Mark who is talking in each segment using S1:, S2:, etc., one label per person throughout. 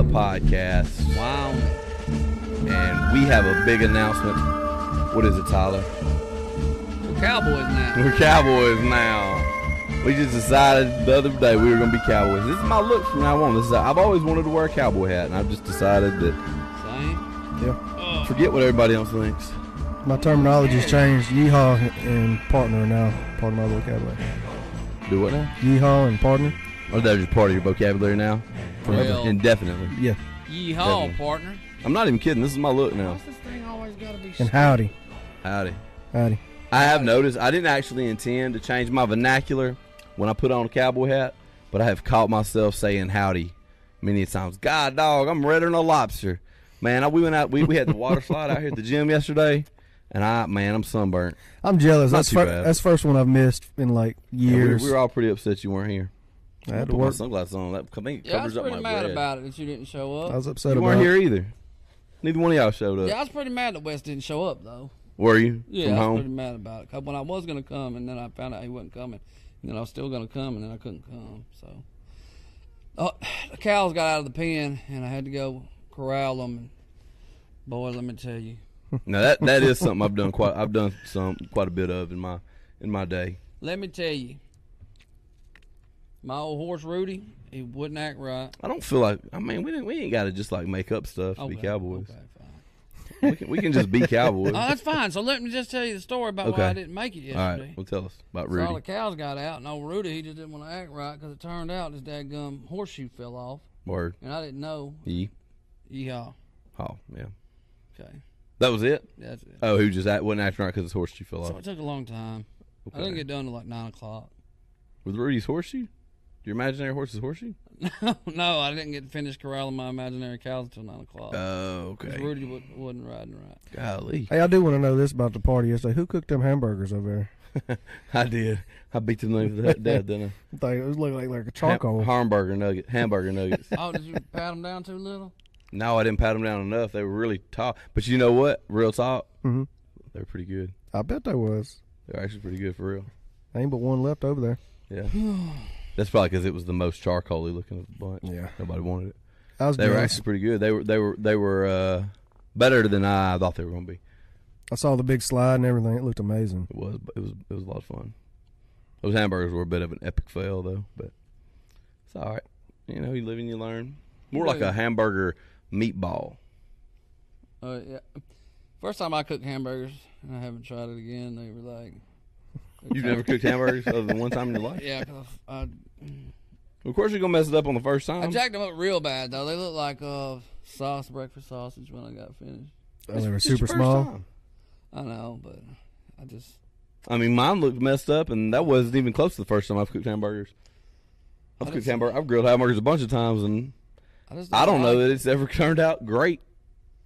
S1: podcast,
S2: Wow.
S1: and we have a big announcement. What is it, Tyler?
S2: We're cowboys now.
S1: We're Cowboys now. We just decided the other day we were gonna be Cowboys. This is my look from now on. This is, I've always wanted to wear a cowboy hat, and I've just decided that
S2: Same.
S3: Yeah,
S2: Oh,
S1: forget what everybody else thinks.
S3: my terminology's changed. Yeehaw and partner now. Part of my vocabulary.
S1: Do what now?
S3: Yeehaw and partner.
S1: Or is that just part of your vocabulary now? Forever,
S2: Well-
S1: indefinitely.
S3: Yeah,
S2: yeehaw,
S1: Definitely.
S2: partner.
S1: I'm not even kidding. This is my look now.
S2: Why's this thing always gotta be
S3: and
S2: shit?
S3: howdy,
S1: Howdy.
S3: howdy.
S1: I have noticed I didn't actually intend to change my vernacular when I put on a cowboy hat, but I have caught myself saying howdy many times. God dog, I'm redder than a lobster. Man, I, we went out we, we had the water slide out here at the gym yesterday and I man, I'm sunburnt.
S3: I'm jealous.
S1: Not
S3: that's
S1: too
S3: fir-
S1: bad.
S3: that's the first one I've missed in like
S1: And we-
S3: years.
S1: We, were all pretty upset you weren't here.
S3: I had
S1: I
S3: to
S1: put my
S3: work.
S1: sunglasses on. That I think it
S2: Yeah, I
S1: covers
S2: was
S1: up
S2: pretty
S1: my
S2: mad
S1: red.
S2: about it that you didn't show
S3: I
S2: up.
S3: was upset
S1: You
S3: about
S1: weren't
S3: it.
S1: here either. Neither one of y'all showed up.
S2: Yeah, I was pretty mad that Wes didn't show up though.
S1: Were you?
S2: Yeah,
S1: From
S2: I was
S1: home?
S2: pretty mad about it. 'Cause when I was gonna come, and then I found out he wasn't coming, and then I was still gonna come, and then I couldn't come. So, oh, the cows got out of the pen, and I had to go corral them. And boy, let me tell you,
S1: No, that that is something I've done quite I've done some quite a bit of in my in my day.
S2: let me tell you, my old horse Rudy, he wouldn't act right.
S1: I don't feel like I mean we didn't, we ain't got to just like make up stuff to be
S2: Okay,
S1: cowboys.
S2: okay, fine.
S1: We can we can just be cowboys.
S2: Oh,
S1: All
S2: that's fine. So let me just tell you the story about why I
S1: Okay.
S2: didn't make it yesterday.
S1: right, well tell us about
S2: So all the
S1: Rudy.
S2: cows got out, and old Rudy, he just didn't want to act right because it turned out his dadgum horseshoe fell off,
S1: Word.
S2: and I didn't know.
S1: E.
S2: Yeehaw.
S1: Oh yeah,
S2: Okay,
S1: that was it.
S2: that's it.
S1: Oh, who just act, wasn't acting right because his horseshoe fell
S2: So
S1: off.
S2: it took a long time. I
S1: Okay.
S2: didn't get done till like nine o'clock.
S1: With Rudy's horseshoe, your imaginary horse's horseshoe.
S2: no, I didn't get finished corralling my imaginary cows until nine o'clock.
S1: Oh,
S2: 'Cause
S1: okay.
S2: Rudy wa- wasn't riding right.
S1: Golly,
S3: Hey, I do want to know this about the party yesterday. Who cooked them hamburgers over there?
S1: I did. I beat the name of that dad, didn't
S3: I thought it was looking like like a
S1: I?
S3: charcoal.
S1: Ham- hamburger nugget, hamburger nuggets.
S2: Oh, did you pat him down too little?
S1: no, I didn't pat them down enough. They were really tall. But you know what? Real talk,
S3: Mhm.
S1: they were pretty good.
S3: I bet there was.
S1: They were actually pretty good for real.
S3: Ain't but one left over there.
S1: Yeah. That's probably because it was the most charcoaly looking of the bunch.
S3: Yeah.
S1: Nobody wanted it.
S3: I was
S1: They were
S3: jealous.
S1: actually pretty good. They were they were they were uh, better than I thought they were going to be.
S3: I saw the big slide and everything. It looked amazing.
S1: It was it was it was a lot of fun. Those hamburgers were a bit of an epic fail though, but it's all right. You know, you live and you learn. More like
S2: Yeah.
S1: a hamburger meatball.
S2: Uh, yeah. First time I cooked hamburgers, and I haven't tried it again. They were like,
S1: You've never cooked hamburgers other than one time in your life.
S2: yeah, 'cause I,
S1: Of course, you're gonna mess it up on the first
S2: I
S1: time.
S2: jacked them up real bad though. They look like uh sauce breakfast sausage when I got finished.
S3: Oh, they were
S1: It's your
S3: super
S1: first
S3: small.
S1: time.
S2: I know, but I just
S1: I mean, mine looked messed up, and that wasn't even close to the first time I've cooked hamburgers.
S2: I
S1: I've
S2: didn't
S1: cooked
S2: see-
S1: hamburgers. I've grilled hamburgers a bunch of times, and
S2: I just
S1: I don't know
S2: like-
S1: that it's ever turned out great.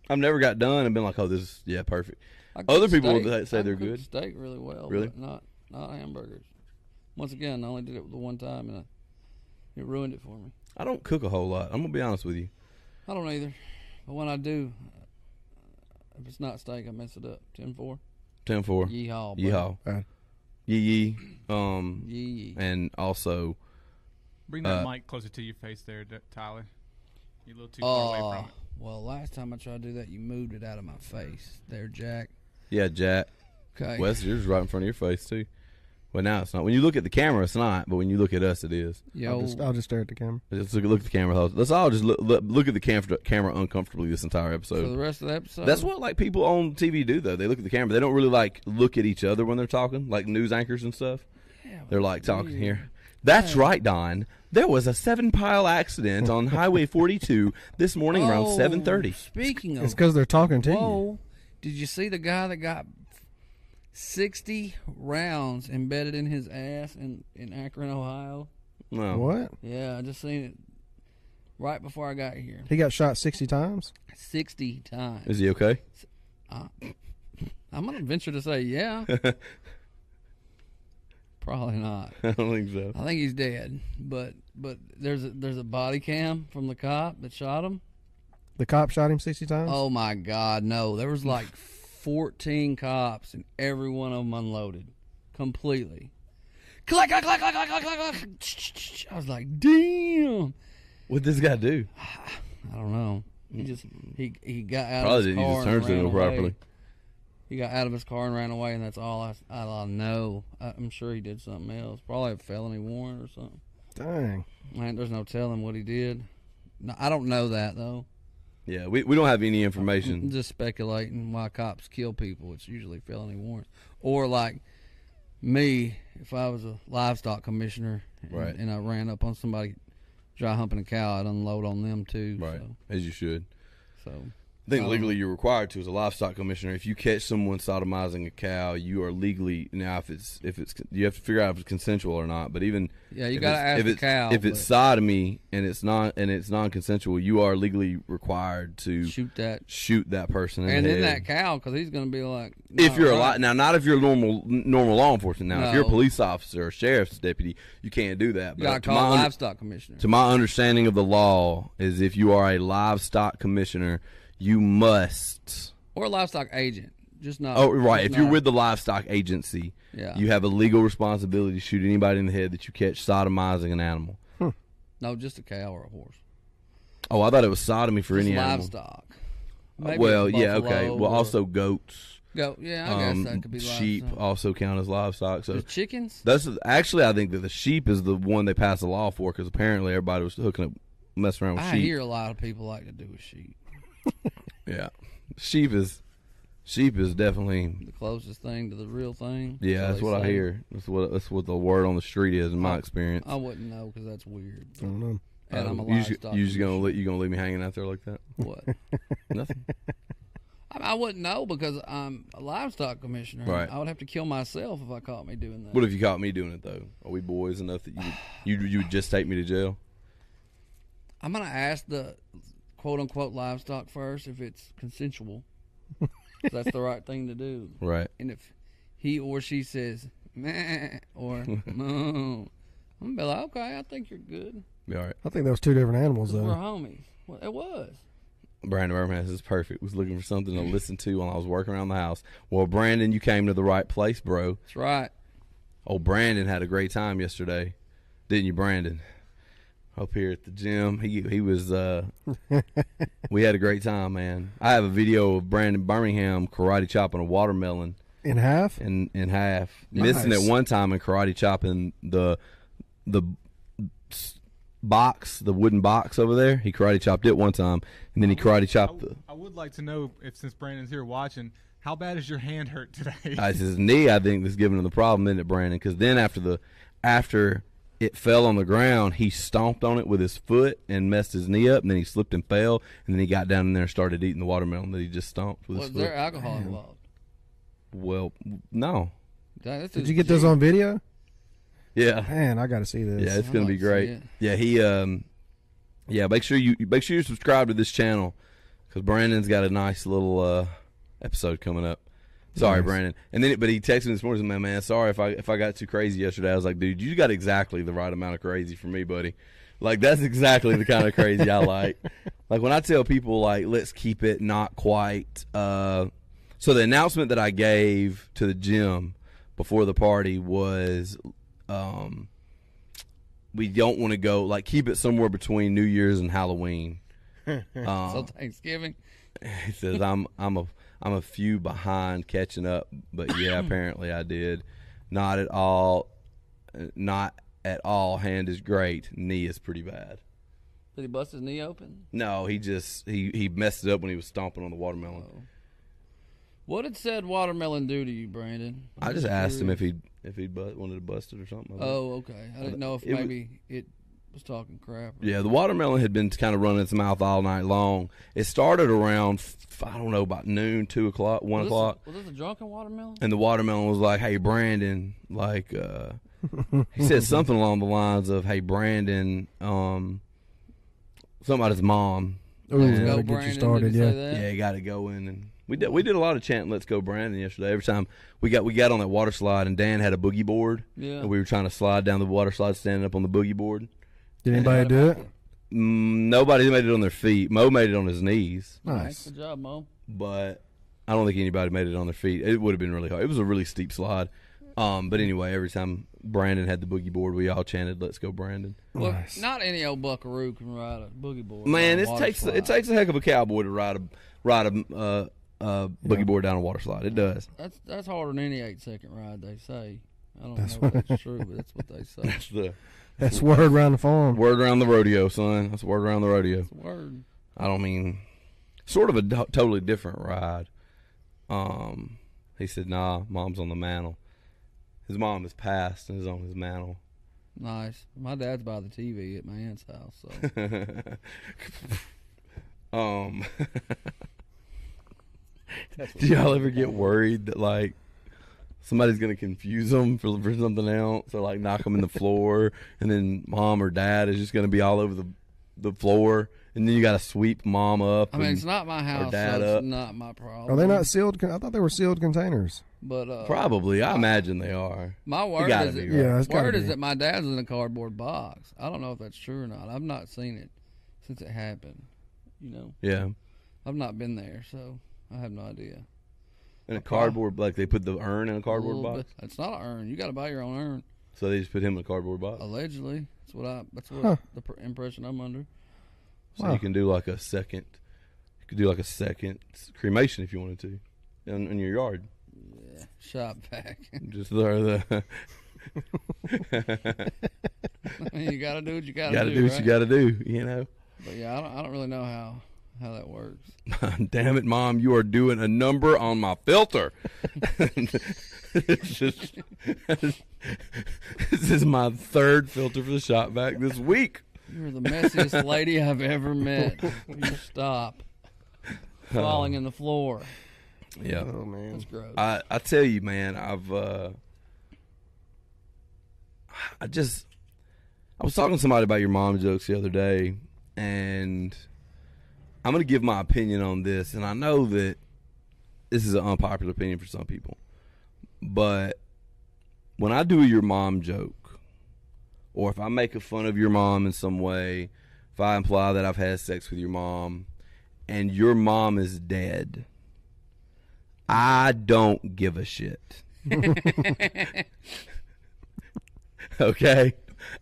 S1: I've never got done and been like, "Oh, this is yeah, perfect."
S2: I cook
S1: Other people
S2: steak.
S1: that say
S2: I
S1: they're
S2: cook
S1: good.
S2: Steak really well,
S1: Really?
S2: but not not hamburgers. Once again, I only did it the one time, and I, it ruined it for me.
S1: I don't cook a whole lot. I'm gonna be honest with you.
S2: I don't either, but when I do, uh, if it's not steak, I mess it up. Ten four.
S1: Ten four,
S2: Yeehaw. buddy.
S1: yeehaw,
S3: All right.
S1: yee yee, um,
S2: Yee.
S1: and also
S4: Bring that
S1: Uh,
S4: mic closer to your face there, D- Tyler. You're a little too far away
S2: Oh,
S4: from
S1: Uh,
S4: it.
S2: well, last time I tried to do that, you moved it out of my face. There, Jack.
S1: yeah, Jack.
S2: Okay.
S1: Wes, yours is right in front of your face too. Well, now it's not. When you look at the camera, it's not. But when you look at us, it is.
S3: I'll
S2: Yo.
S3: just,
S1: uh,
S3: I'll just stare at the camera.
S1: Let's look, look at the camera. Let's all just look, look, look at the camera, camera uncomfortably this entire episode.
S2: for the rest of the episode.
S1: That's what like people on TV do though. They look at the camera. They don't really like look at each other when they're talking, like news anchors and stuff.
S2: Yeah, but
S1: They're like talking here. That's right, Don. There was a seven pile accident on Highway 42 this morning around
S2: Oh,
S1: 7:30.
S2: Speaking
S1: Oh.
S3: It's
S2: of,
S3: because they're talking to you.
S2: whoa, did you see the guy that got sixty rounds embedded in his ass in in Akron, Ohio?
S1: No.
S3: What?
S2: Yeah, I just seen it right before I got here.
S3: He got shot 60 times?
S2: Sixty times.
S1: Is he okay?
S2: I'm gonna venture to say, yeah. Probably not.
S1: I don't think so.
S2: I think he's dead, but but there's a, there's a body cam from the cop that shot him.
S3: The cop shot him 60 times?
S2: Oh my God, no! There was like fourteen cops, and every one of them unloaded completely. Click, click, click, click, click, click, click, click. I was like, damn.
S1: What this guy do?
S2: I don't know. He just he he got
S1: Mm.
S2: out
S1: Probably
S2: of his
S1: didn't
S2: car
S1: use his
S2: and
S1: turn signal
S2: ran away.
S1: properly.
S2: He got out of his car and ran away, and that's all I, all I know. I, I'm sure he did something else, probably a felony warrant or something.
S3: Dang.
S2: Man, there's no telling what he did. No, I don't know that though.
S1: Yeah, we, we don't have any
S2: I'm
S1: information.
S2: just speculating why cops kill people. It's usually felony warrants, or like me, if I was a livestock commissioner and,
S1: Right.
S2: and I ran up on somebody dry humping a cow, I'd unload on them too.
S1: Right, as you should.
S2: So, so
S1: I think
S2: Um,
S1: legally you're required to as a livestock commissioner. If you catch someone sodomizing a cow, you are legally now if it's if it's you have to figure out if it's consensual or not. But even
S2: yeah, you
S1: if
S2: gotta
S1: it's-
S2: ask
S1: if
S2: the
S1: it's,
S2: cow
S1: if it's sodomy and it's not and it's non-consensual, you are legally required
S2: but
S1: to shoot,
S2: shoot that,
S1: that person. In
S2: and
S1: the
S2: then
S1: head.
S2: that cow because he's gonna be like,
S1: if
S2: "Nah,
S1: you're a
S2: right."
S1: lot now, not if you're normal normal law enforcement. Now, if you're a
S2: No.
S1: police officer or sheriff's deputy, you can't do that.
S2: you gotta
S1: But to
S2: call
S1: my
S2: a
S1: under-
S2: livestock commissioner.
S1: Uh, to my understanding of the law, is if you are a livestock commissioner, you must.
S2: or a livestock agent. Just not.
S1: Oh, right.
S2: just
S1: If you're
S2: not-
S1: with the livestock agency,
S2: Yeah.
S1: you have a legal responsibility to shoot anybody in the head that you catch sodomizing an animal.
S2: no, just a cow or a horse.
S1: Oh, I thought it was sodomy for
S2: Just
S1: any animal.
S2: livestock. Maybe
S1: well,
S2: it's
S1: yeah, okay.
S2: buffalo
S1: Well,
S2: or-
S1: also goats,
S2: go. Yeah, I guess that
S1: um,
S2: could be
S1: sheep
S2: livestock.
S1: also count as livestock. So
S2: The chickens.
S1: That's actually, I think that the sheep is the one they passed the law for because apparently everybody was hooking up, messing around with
S2: I
S1: sheep.
S2: hear a lot of people like to do with sheep.
S1: Yeah, sheep is sheep is definitely
S2: The closest thing to the real thing.
S1: yeah.
S2: so
S1: that's
S2: they
S1: what I
S2: say.
S1: hear. That's what that's what the word on the street is in my experience.
S2: I wouldn't know because that's weird.
S3: I don't know.
S2: And I'm a
S1: Uh, you just,
S2: livestock.
S1: you just gonna let you gonna leave me hanging out there like that?
S2: what?
S1: Nothing.
S2: I, I wouldn't know because I'm a livestock commissioner.
S1: Right.
S2: I would have to kill myself if I caught me doing that.
S1: what if you caught me doing it though? Are we boys enough that you would, you you would just take me to jail?
S2: I'm gonna ask the quote unquote livestock first if it's consensual. 'Cause that's the right thing to do.
S1: Right.
S2: And if he or she says meh or moo, I'm gonna be like, okay, I think you're good.
S1: Be all right.
S3: I think that was two different animals
S2: 'Cause
S1: Uh-huh.
S2: We're
S3: though.
S2: homies. Well, it was.
S1: Brandon Burman says perfect. Was looking for something to listen to while I was working around the house. Well, Brandon, you came to the right place, bro.
S2: That's right.
S1: Oh, Brandon had a great time yesterday, didn't you, Brandon? Up here at the gym, he he was. Uh, we had a great time, man. I have a video of Brandon Birmingham karate chopping a watermelon
S3: In half.
S1: in in half, missing
S3: Nice.
S1: it one time and karate chopping the the s- box, the wooden box over there. He karate chopped it one time, and then he karate
S4: I,
S1: chopped the.
S4: w- I would like to know if since Brandon's here watching, how bad is your hand hurt today?
S1: Uh, It's his knee, I think, that's giving him the problem, isn't it, Brandon? Because then after the after it fell on the ground, he stomped on it with his foot and messed his knee up, and then he slipped and fell, and then he got down in there and started eating the watermelon that he just stomped with
S2: Was
S1: his
S2: there
S1: foot.
S2: alcohol involved?
S1: Well, no,
S2: Dang, this
S3: Did
S2: is
S3: you get this on video?
S1: yeah,
S3: Man, I got to see this.
S1: yeah, it's
S2: I'd
S1: gonna
S2: like
S1: be
S2: to see
S1: great.
S2: it.
S1: Yeah, he, um, yeah, make sure you make sure you subscribe to this channel because Brandon's got a nice little uh, episode coming up. Sorry,
S3: Nice.
S1: Brandon. And then, but he texted me this morning. Man, man, sorry if I if I got too crazy yesterday. I was like, dude, you got exactly the right amount of crazy for me, buddy. Like that's exactly the kind of crazy I like. Like when I tell people, like, let's keep it not quite. Uh, so the announcement that I gave to the gym before the party was, um, we don't want to go like keep it somewhere between New Year's and Halloween. Um,
S2: So Thanksgiving.
S1: he says I'm I'm a I'm a few behind catching up, but yeah, apparently I did. Not at all, uh, not at all. Hand is great, knee is pretty bad.
S2: Did he bust his knee open?
S1: No, he just he he messed it up when he was stomping on the watermelon.
S2: What did said watermelon do to you, Brandon?
S1: I just asked him if he if he bu- wanted to bust it or something.
S2: Oh, okay. I didn't know if
S1: It was-
S2: maybe it was talking crap. Or,
S1: Yeah, the watermelon had been kind of running its mouth all night long. It started around f- I don't know about noon, two o'clock, one
S2: was, this
S1: o'clock.
S2: a, was this a drunken watermelon?
S1: and the watermelon was like, "Hey Brandon," like uh, he said something along the lines of, "Hey Brandon," um, somebody's mom.
S3: Ooh,
S1: Let's
S3: that'll
S2: Go,
S3: get you
S2: Brandon,
S3: started.
S2: did he say
S3: Yeah.
S2: that?
S1: Yeah, you got to go in and we did we did a lot of chanting "Let's go Brandon" yesterday. Every time we got we got on that water slide and Dan had a boogie board
S2: Yeah.
S1: and we were trying to slide down the water slide standing up on the boogie board.
S3: Did anybody do it?
S1: Mm, nobody made it on their feet. Mo made it on his knees,
S2: Nice.
S3: Nice.
S2: Good job, Mo.
S1: but I don't think anybody made it on their feet. It would have been really hard. It was a really steep slide. Um, but anyway, every time Brandon had the boogie board, we all chanted, "Let's go, Brandon!"
S2: Well,
S3: Nice.
S2: not any old buckaroo can ride a boogie board.
S1: Man,
S2: or a
S1: it
S2: water
S1: takes
S2: slide.
S1: it takes a heck of a cowboy to ride a ride a uh, uh, boogie board down a water slide. It does.
S2: That's that's harder than any eight second ride. They say. I don't know if that's true, but that's what they say.
S1: That's the
S3: That's word around the farm.
S1: word around the rodeo, son. That's word around the rodeo.
S2: Word.
S1: I don't mean sort of a do- totally different ride. Um, he said, "Nah, mom's on the mantle. His mom is passed and is on his mantle."
S2: Nice. My dad's by the TV at my aunt's house, so
S1: um, do y'all ever get worried that like somebody's gonna confuse them for, for something else, or like knock them in the floor, and then mom or dad is just gonna be all over the the floor, and then you gotta sweep mom up.
S2: I mean
S1: and-
S2: it's not my house, so
S1: dad
S2: it's
S1: up.
S2: not my problem.
S3: Are they not sealed? Con- I thought they were sealed containers.
S2: But uh,
S1: probably. I imagine they are.
S2: my word
S1: gotta
S2: is
S1: be,
S2: that,
S1: right?
S3: Yeah, it's gotta
S2: word is
S3: be.
S2: that my dad's in a cardboard box. I don't know if that's true or not. I've not seen it since it happened. You know,
S1: Yeah,
S2: I've not been there, so I have no idea.
S1: in a cardboard like they put the urn in a cardboard
S2: Little
S1: box,
S2: bit- It's not an urn. You got to buy your own urn.
S1: so they just put him in a cardboard box.
S2: Allegedly, that's what I. That's what
S3: Huh.
S2: the pr- impression I'm under.
S1: So
S3: Wow.
S1: you can do like a second, you could do like a second cremation if you wanted to, in, in your yard.
S2: Shop vac.
S1: Just throw the.
S2: I mean, you got to do what you got
S1: you
S2: to
S1: got
S2: do.
S1: to do what
S2: right?
S1: you got to do, you know.
S2: But yeah, I don't, I don't really know how how that works.
S1: Damn it, mom! You are doing a number on my filter. it's just, this is my third filter for the shop back this week.
S2: You're the messiest lady I've ever met. Will You stop falling in the floor.
S1: Yeah.
S3: Oh man,
S2: That's
S1: Uh,
S2: gross.
S1: I, I tell you, man, I've uh, I just I was talking to somebody about your mom jokes the other day, and I'm gonna give my opinion on this, and I know that this is an unpopular opinion for some people, but when I do your mom joke, or if I make fun of your mom in some way, if I imply that I've had sex with your mom, and your mom is dead. I don't give a shit. okay?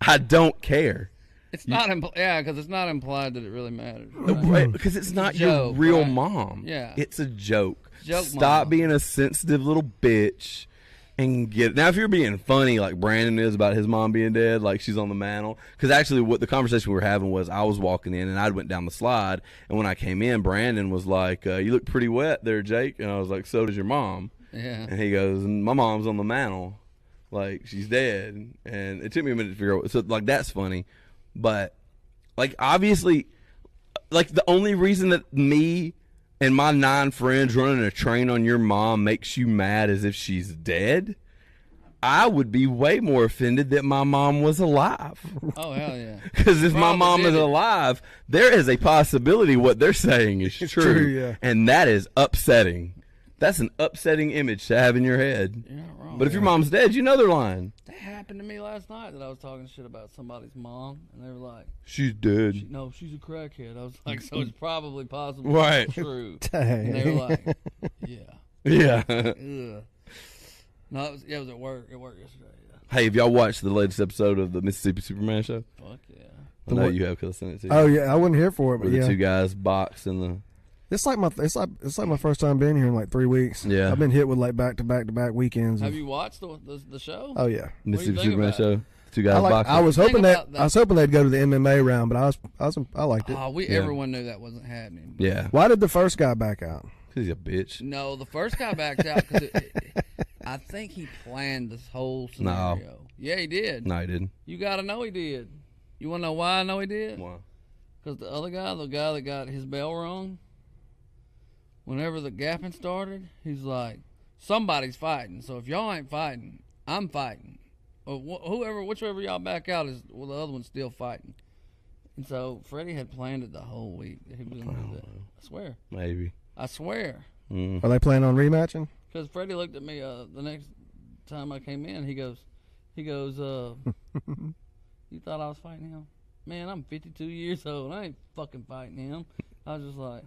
S1: I don't care.
S2: it's not impl- yeah, because it's not implied that it really matters. right?
S1: Because it's not your
S2: joke,
S1: real
S2: right.
S1: mom.
S2: Yeah.
S1: It's a joke.
S2: Joke
S1: Stop
S2: mom.
S1: being a sensitive little bitch and get Now, if you're being funny like Brandon is about his mom being dead, like she's on the mantle. Because actually, what the conversation we were having was I was walking in and I went down the slide. And when I came in, Brandon was like, uh, You look pretty wet there, Jake. And I was like, So does your mom.
S2: Yeah,
S1: And he goes, "And "My mom's on the mantle, like she's dead." And it took me a minute to figure out. So like that's funny, but like obviously, like the only reason that me and my nine friends running a train on your mom makes you mad is if she's dead. I would be way more offended that my mom was alive.
S2: oh hell yeah.
S1: Because if my
S2: Probably
S1: mom
S2: did
S1: is
S2: it.
S1: alive, there is a possibility what they're saying is true.
S3: true, yeah.
S1: And that is upsetting. That's an upsetting image to have in your head.
S2: You're not wrong.
S1: But if your mom's dead, you know they're lying.
S2: that happened to me last night, that I was talking shit about somebody's mom, and they were like,
S1: She's dead.
S2: "No, she's a crackhead." I was like, "So it's probably possible,
S1: Right.
S2: True." And they were
S3: dang.
S2: like, "Yeah."
S1: yeah.
S2: Ugh. No, it was, yeah, it was at work. At work yesterday. Yeah.
S1: hey, have y'all watched the latest episode of the Mississippi Superman show?
S2: Fuck yeah.
S1: I know you have because I sent it to you.
S3: Oh yeah, I wasn't here for it,
S1: Where
S3: but
S1: the two
S3: yeah,
S1: guys box in the.
S3: it's like my it's like it's like my first time being here in like three weeks.
S1: Yeah.
S3: I've been hit with like back to back to back weekends.
S2: Have
S3: of-
S2: you watched the the, the show?
S3: oh yeah,
S1: Mississippi
S2: think
S1: Superman
S2: about
S1: show?
S2: it?
S1: Two
S3: I
S1: guys
S3: like.
S1: boxing.
S3: I was hoping
S2: Think
S3: that,
S2: about that.
S3: I was hoping they'd go to the MMA round, but I was I was I liked it.
S2: Ah, we
S1: Yeah.
S2: everyone knew that wasn't happening.
S1: yeah.
S3: Why did the first guy back out?
S1: 'Cause he's a bitch.
S2: No, the first guy backed out because I think he planned this whole scenario. Yeah, he did.
S1: No, he didn't.
S2: You got to know he did. You want to know why I know he did?
S1: Wow.
S2: Because the other guy, the guy that got his bell rung, whenever the gapping started, he's like, somebody's fighting. So if y'all ain't fighting, I'm fighting. Or wh- whoever, whichever y'all back out is, well, the other one's still fighting. And so Freddie had planned it the whole week. that He was gonna do that. I swear.
S1: Maybe.
S2: I swear.
S1: Mm.
S3: Are they planning on rematching?
S2: Because Freddie looked at me uh, the next time I came in. He goes, he goes, uh, you thought I was fighting him? Man, I'm 52 years old. I ain't fucking fighting him. I was just like,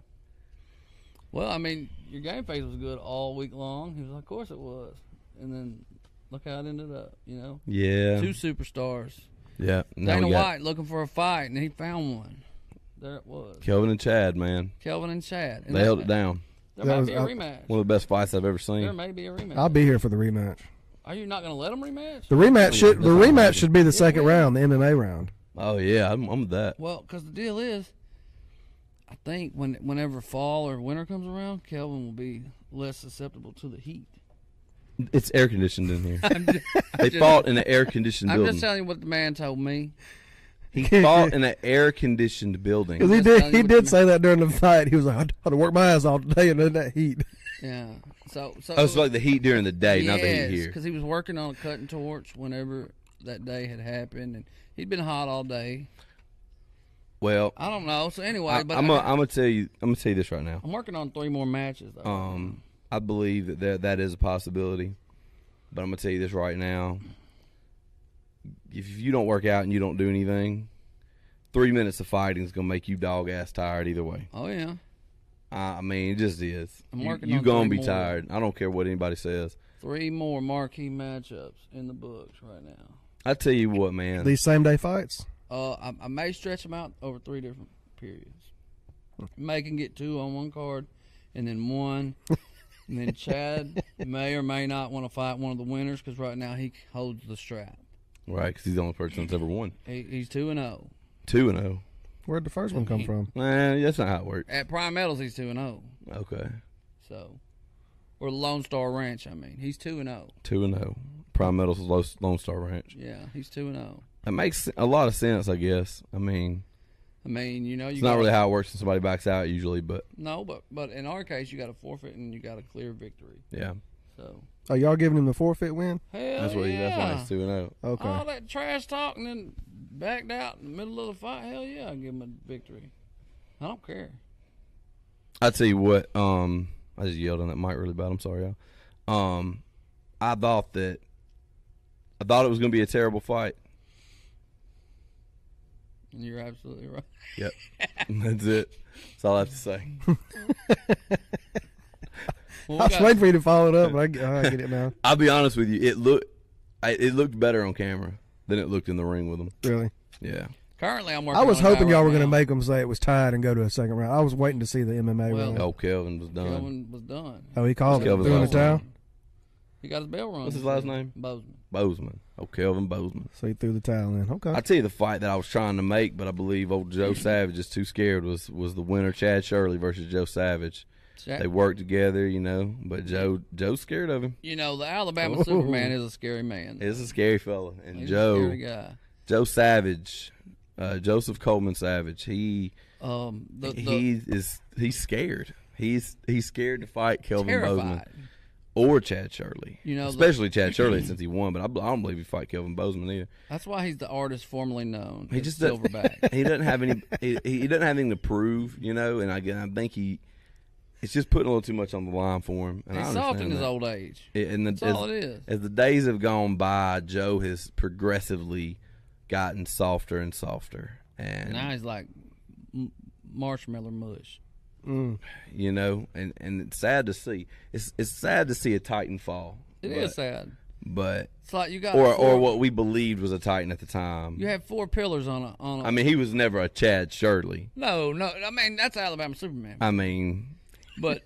S2: well, I mean, your game face was good all week long. He was like, of course it was. And then Look how it ended up. You know,
S1: Yeah.
S2: two superstars.
S1: Yeah. Now
S2: Dana
S1: we got
S2: White looking for a fight, and he found one. There it was.
S1: Kelvin and Chad, man.
S2: Kelvin and Chad. And
S1: They
S2: that-
S1: held it down.
S2: There
S3: That
S2: might
S3: was-
S2: be a
S3: I-
S2: rematch.
S1: One of the best fights I've ever
S2: there
S1: seen.
S2: may be a rematch.
S3: I'll be here for the rematch.
S2: Are you not going to let them rematch?
S3: The rematch should the
S1: that's not
S3: rematch
S1: right.
S3: should be the second round, the MMA round.
S1: Oh yeah, I'm, I'm with that.
S2: Well, because the deal is, I think when whenever fall or winter comes around, Kelvin will be less susceptible to the heat.
S1: It's air conditioned in here.
S2: I'm just,
S1: They fought in an air conditioned
S2: I'm just
S1: building.
S2: telling you what the man told me.
S1: He fought in an air conditioned building.
S3: Because he
S2: That's
S3: did
S2: not
S3: he
S2: what you
S3: did say that during the fight. He was like, I had to work my ass off today and in that heat.
S2: Yeah. So so.
S1: Oh, it's like the heat during the day, not the heat here.
S2: because he was working on a cutting torch whenever that day had happened, and he'd been hot all day.
S1: Well,
S2: I don't know. So anyway,
S1: I, I'm
S2: but
S1: gonna I'm gonna tell you I'm gonna tell you this right now.
S2: I'm working on three more matches though.
S1: Um, I believe that there, that is a possibility, but I'm gonna tell you this right now. If you don't work out and you don't do anything, three minutes of fighting is gonna make you dog ass tired either way.
S2: oh yeah.
S1: I I mean, it just is.
S2: I'm
S1: You-
S2: working
S1: you
S2: on
S1: gonna
S2: three
S1: be
S2: more.
S1: tired. I don't care what anybody says.
S2: Three more marquee matchups in the books right now.
S1: I tell you what, man.
S3: These same day fights.
S2: Uh, I, I may stretch them out over three different periods. May can get two on one card, and then one, and then Chad may or may not want to fight one of the winners because right now he holds the strap.
S1: Right, because he's the only person that's ever won.
S2: He, he's two and oh. zero
S1: Two and zero.
S3: Where'd the first one come from?
S1: Man, that's not how it works.
S2: at Prime Metals. He's two and zero.
S1: Okay,
S2: So, or Lone Star Ranch. I mean, he's two and zero.
S1: two and zero. Prime Metals Lo- Lone Star Ranch.
S2: Yeah, he's two and oh. zero.
S1: That makes a lot of sense, I guess. I mean,
S2: I mean, you know, you
S1: it's not
S2: got-
S1: really how it works when somebody backs out usually, but
S2: no, but but in our case, you got a forfeit and you got a clear victory.
S1: yeah,
S2: So
S3: Are Oh, y'all giving him the forfeit win?
S2: hell
S1: that's what he,
S2: Oh, yeah.
S1: that's why he's two and oh. zero.
S3: Okay.
S2: All that trash talk and then backed out in the middle of the fight. Hell yeah, I give him a victory. I don't care.
S1: I tell you what, um, I just yelled on that mic really bad. I'm sorry, y'all. Um, I thought that I thought it was going to be a terrible fight.
S2: And you're absolutely right.
S1: Yep, that's it. That's all I have to say.
S2: Well,
S3: I
S2: we
S3: was
S2: got-
S3: waiting for you to follow it up, but I, get- I get it now.
S1: I'll be honest with you. It looked, I, it looked better on camera than it looked in the ring with him.
S3: Really,
S1: Yeah.
S2: currently, I'm working.
S3: I was
S2: on a guy
S3: hoping y'all
S2: right
S3: were going to
S2: now.
S3: make him say it was tied and go to a second round. I was waiting to see the MMA
S2: Well-
S3: round.
S1: Oh, Kelvin was done.
S2: Kelvin was done.
S3: Oh, he called it.
S1: Kelvin's
S3: Threw in the
S1: last
S3: towel.
S2: He got his bell rung.
S1: What's his last name?
S2: Bozeman.
S1: Bozeman. Oh, Kelvin Bozeman.
S3: So he threw the towel in.
S1: I
S3: Okay.
S1: tell you the fight that I was trying to make, but I believe old Joe Savage is too scared. Was was the winner Chad Shirley versus Joe Savage?
S2: Jack-
S1: They worked together, you know, but Joe Joe's scared of him.
S2: you know, the Alabama
S3: Ooh.
S2: Superman is a scary man.
S1: Oh. It's a scary fella, and
S2: He's a
S1: Joe
S2: scary guy.
S1: Joe Savage, uh, Joseph Coleman Savage. He
S2: Um, the, the
S1: he is he's scared. He's he's scared to fight Kelvin Bozeman
S2: terrified.
S1: or Chad Shirley.
S2: You know, the-
S1: especially Chad Shirley since he won. But I, I don't believe he fight Kelvin Bozeman either.
S2: That's why he's the artist formerly known.
S1: He
S2: as
S1: just doesn't-
S2: silverback.
S1: he doesn't have any. He, he doesn't have anything to prove, you know. And I, I think he, it's just putting a little too much on the line for him. And I
S2: he's soft in
S1: understand
S2: his
S1: that.
S2: old age.
S1: A- And the,
S2: That's all
S1: as,
S2: it is.
S1: as the days have gone by, Joe has progressively gotten softer and softer. And
S2: Now he's like m- marshmallow mush.
S3: Mm.
S1: you know, and and it's sad to see. It's it's sad to see a Titan fall.
S2: It is
S1: but,
S2: sad.
S1: but
S2: It's like you got
S1: or
S2: four,
S1: or what we believed was a Titan at the time.
S2: Oh, you have four pillars on a on a.
S1: I mean, he was never a Chad Shirley.
S2: no, no. I mean that's Alabama Superman.
S1: I mean,
S2: But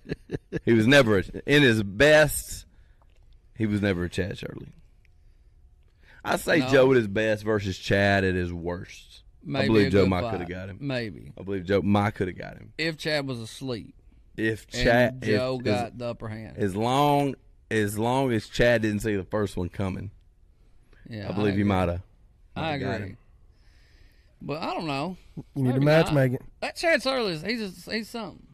S1: He was never in his best. He was never a Chad Shirley. I say
S2: No.
S1: Joe at his best versus Chad at his worst.
S2: maybe
S1: believe
S2: a
S1: Joe
S2: good
S1: Mike
S2: fight.
S1: coulda got him.
S2: Maybe
S1: I believe Joe my could have got him
S2: if Chad was asleep
S1: if
S2: and
S1: Chad if-
S2: Joe
S1: as-
S2: got the upper hand.
S1: as, long as long as Chad didn't see the first one coming.
S2: yeah,
S1: I believe he
S2: agree.
S1: might have.
S2: I
S1: got
S2: agree.
S1: him.
S2: But I don't know.
S3: You need a
S2: Maybe
S3: match
S2: not.
S3: making.
S2: That Chad Surley, is- he's a, he's something.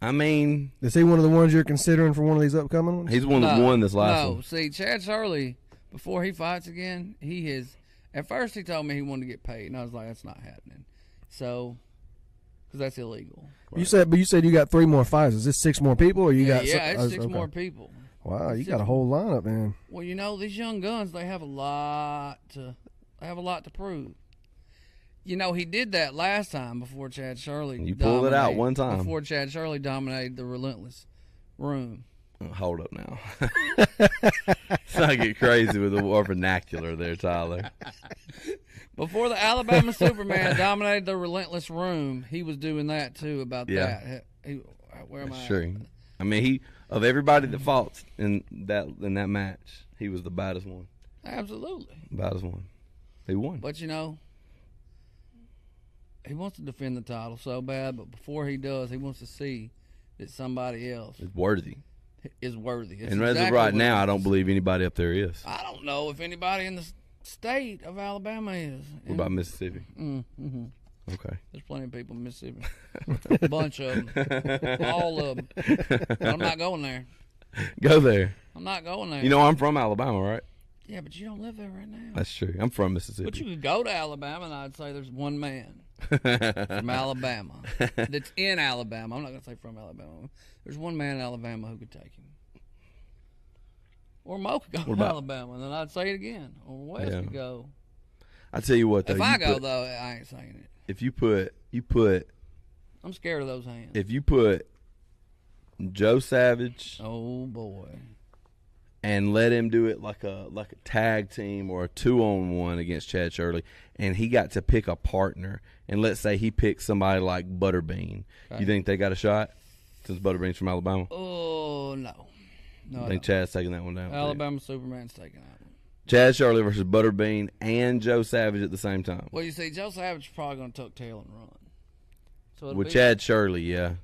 S1: I mean,
S3: Is he one of the ones you're considering for one of these upcoming ones?
S1: he's one of the
S2: No,
S1: one this last
S2: no.
S1: one.
S2: see, Chad Shirley, before he fights again, he is. At first, he told me he wanted to get paid, and I was like, "That's not happening." So, because that's illegal.
S3: You said, but you said you got three more fights. Is this six more people, or you
S2: yeah,
S3: got?
S2: yeah,
S3: so-
S2: it's
S3: oh,
S2: six
S3: okay.
S2: more people.
S3: Wow, you
S2: Six
S3: got a whole lineup, man.
S2: Well, you know, these young guns, they have a lot to, they have a lot to prove. You know, he did that last time before Chad Shirley.
S1: You pulled it out
S2: dominated-
S1: one time.
S2: before Chad Shirley dominated the relentless room.
S1: Uh, Hold up now. Let's not get crazy with the war vernacular there, Tyler.
S2: Before the Alabama Superman dominated the relentless room, he was doing that too. About
S1: Yeah.
S2: that, He- he- where am I? at?
S1: Sure. I mean, he of everybody that fought in that in that match, he was the baddest one.
S2: Absolutely.
S1: Baddest one. He won.
S2: But you know, he wants to defend the title so bad, but before he does, he wants to see that somebody else
S1: It's worthy.
S2: is worthy. It's
S1: and as of
S2: exactly
S1: right
S2: what-
S1: now, I don't believe anybody up there is.
S2: I don't know if anybody in the s- state of Alabama is.
S1: What about Mississippi?
S2: Mm-hmm.
S1: Okay.
S2: There's plenty of people in Mississippi. A bunch of them. All of them. But I'm not going there.
S1: Go there.
S2: I'm not going there.
S1: You know, I'm from Alabama, right?
S2: yeah, but you don't live there right now.
S1: That's true. I'm from
S2: But you
S1: Mississippi.
S2: could go to Alabama, and I'd say there's one man from Alabama that's in Alabama. I'm not going to say from Alabama. There's one man in Alabama who could take him. Or Mo could go to
S1: about-
S2: Alabama, and then I'd say it again. Or Wes
S1: Yeah.
S2: could go.
S1: I tell you what, though,
S2: If
S1: you
S2: I go,
S1: put-
S2: though, I ain't saying it.
S1: if you put you put
S2: I'm scared of those hands.
S1: if you put Joe Savage
S2: oh, boy.
S1: and let him do it like a like a tag team or a two on one against Chad Shirley, and he got to pick a partner, and let's say he picked somebody like Butterbean, you think they got a shot? Since Butterbean's from Alabama,
S2: Oh, no. No,
S1: I
S2: I
S1: think
S2: don't.
S1: Chad's taking that one down. too.
S2: Alabama Superman's taking out.
S1: Chad Shirley versus Butterbean and Joe Savage at the same time.
S2: Well, you see, Joe Savage is probably going to tuck tail and run. So it'll
S1: With
S2: be,
S1: Chad Shirley, yeah.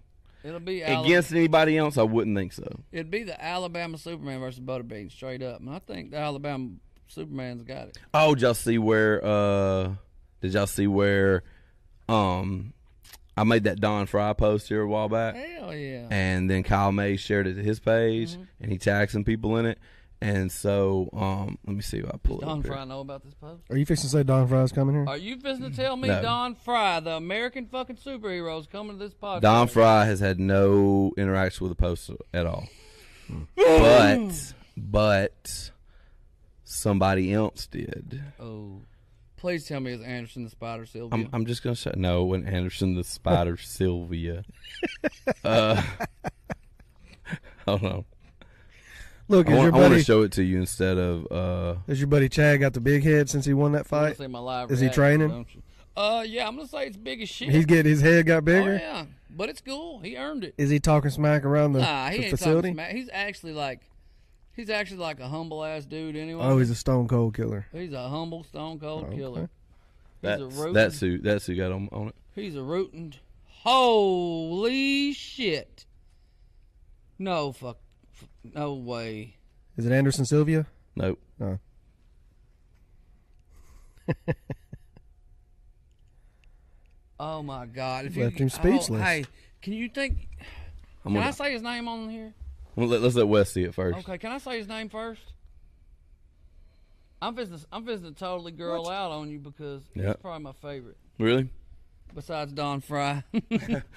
S2: it'll be Alabama.
S1: Against anybody else, I wouldn't think so.
S2: It'd be the Alabama Superman versus Butterbean straight up, and I think the Alabama Superman's got it.
S1: Oh, did y'all see where uh did y'all see where um I made that Don Fry post here a while back
S2: Hell yeah!
S1: and then Kyle May shared it to his page
S2: Mm-hmm.
S1: and he tagged some people in it. And so um let me see if I pull it
S2: Don
S1: up here.
S2: Fry know about this post.
S3: Are you fixing to say Don Fry's coming here?
S2: Are you fixing to tell me
S1: No.
S2: Don Fry, the American fucking superhero, is coming to this podcast?
S1: Don Fry has had no interaction with the post at all.
S2: Mm.
S1: but but somebody else did.
S2: Oh, please tell me it's Anderson the Spider Sylvia.
S1: I'm, I'm just gonna say no. When Anderson the Spider Sylvia, uh, hold on.
S3: Look,
S1: I
S3: is your
S1: want, I want to
S3: buddy
S1: show it to you instead of uh,
S3: is your buddy Chad got the big head since he won that
S2: You wanna
S3: fight?
S2: see my live
S3: Is he
S2: reaction,
S3: training?
S2: don't you? Uh, yeah, I'm gonna say it's big as shit.
S3: He's getting his head got
S2: oh
S3: bigger.
S2: yeah, but it's cool. He earned it.
S3: Is he talking smack around the,
S2: Nah,
S3: the
S2: he ain't
S3: facility?
S2: talking smack. He's actually like, he's actually like a humble ass dude anyway.
S3: Oh, he's a stone cold killer.
S2: He's a humble stone cold killer. He's a
S1: that's
S2: rootin'.
S1: that suit. That suit got on, on it.
S2: He's a rootin'. Holy shit! No fuck, f- no way.
S3: Is it Anderson Silvia?
S1: Nope.
S3: No.
S2: Oh my god! If
S3: Left
S2: you,
S3: him speechless.
S2: Oh, hey, can you think?
S1: I'm
S2: Can
S1: gonna,
S2: I say his name on here?
S1: well, let, us let Wes see it first.
S2: Okay, can I say his name first? I'm visiting. I'm visiting to totally girl out on you because
S1: Yeah.
S2: he's probably my favorite
S1: Really?
S2: besides Don Fry.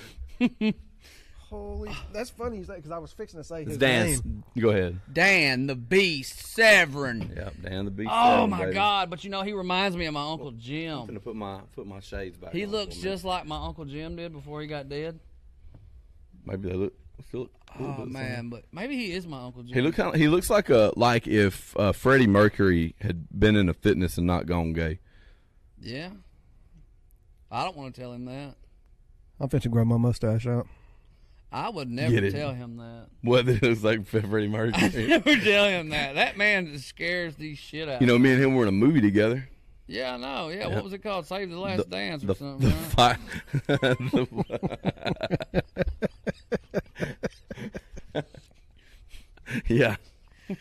S3: Holy, that's funny you say because I was fixing to say
S1: It's Dan's. Go ahead.
S2: Dan the Beast Severin.
S1: Yeah, Dan the Beast.
S2: Oh
S1: Seven,
S2: my
S1: baby.
S2: god! But you know he reminds me of my uncle
S1: I'm
S2: Jim.
S1: gonna put my put my shades back.
S2: He
S1: on
S2: looks
S1: for a minute.
S2: just like my uncle Jim did before he got dead.
S1: Maybe they look. Feel it, a little
S2: Oh
S1: bit similar.
S2: man, but maybe he is my uncle Jim.
S1: He look kind of, he looks like a like if uh, Freddie Mercury had been into fitness and not gone gay.
S2: yeah. I don't want to tell him that.
S3: I'm fixing to grow my mustache out.
S2: I would
S1: Get
S2: never
S1: it.
S2: tell him that.
S1: Whether it was like Freddie Mercury.
S2: never tell him that. That man just scares the shit out.
S1: You
S2: of
S1: know, me and him were in a movie together.
S2: me. yeah, I know. Yeah, what was it called? Save the Last Dance or
S1: The,
S2: something.
S1: the fi-
S2: right?
S1: the- yeah,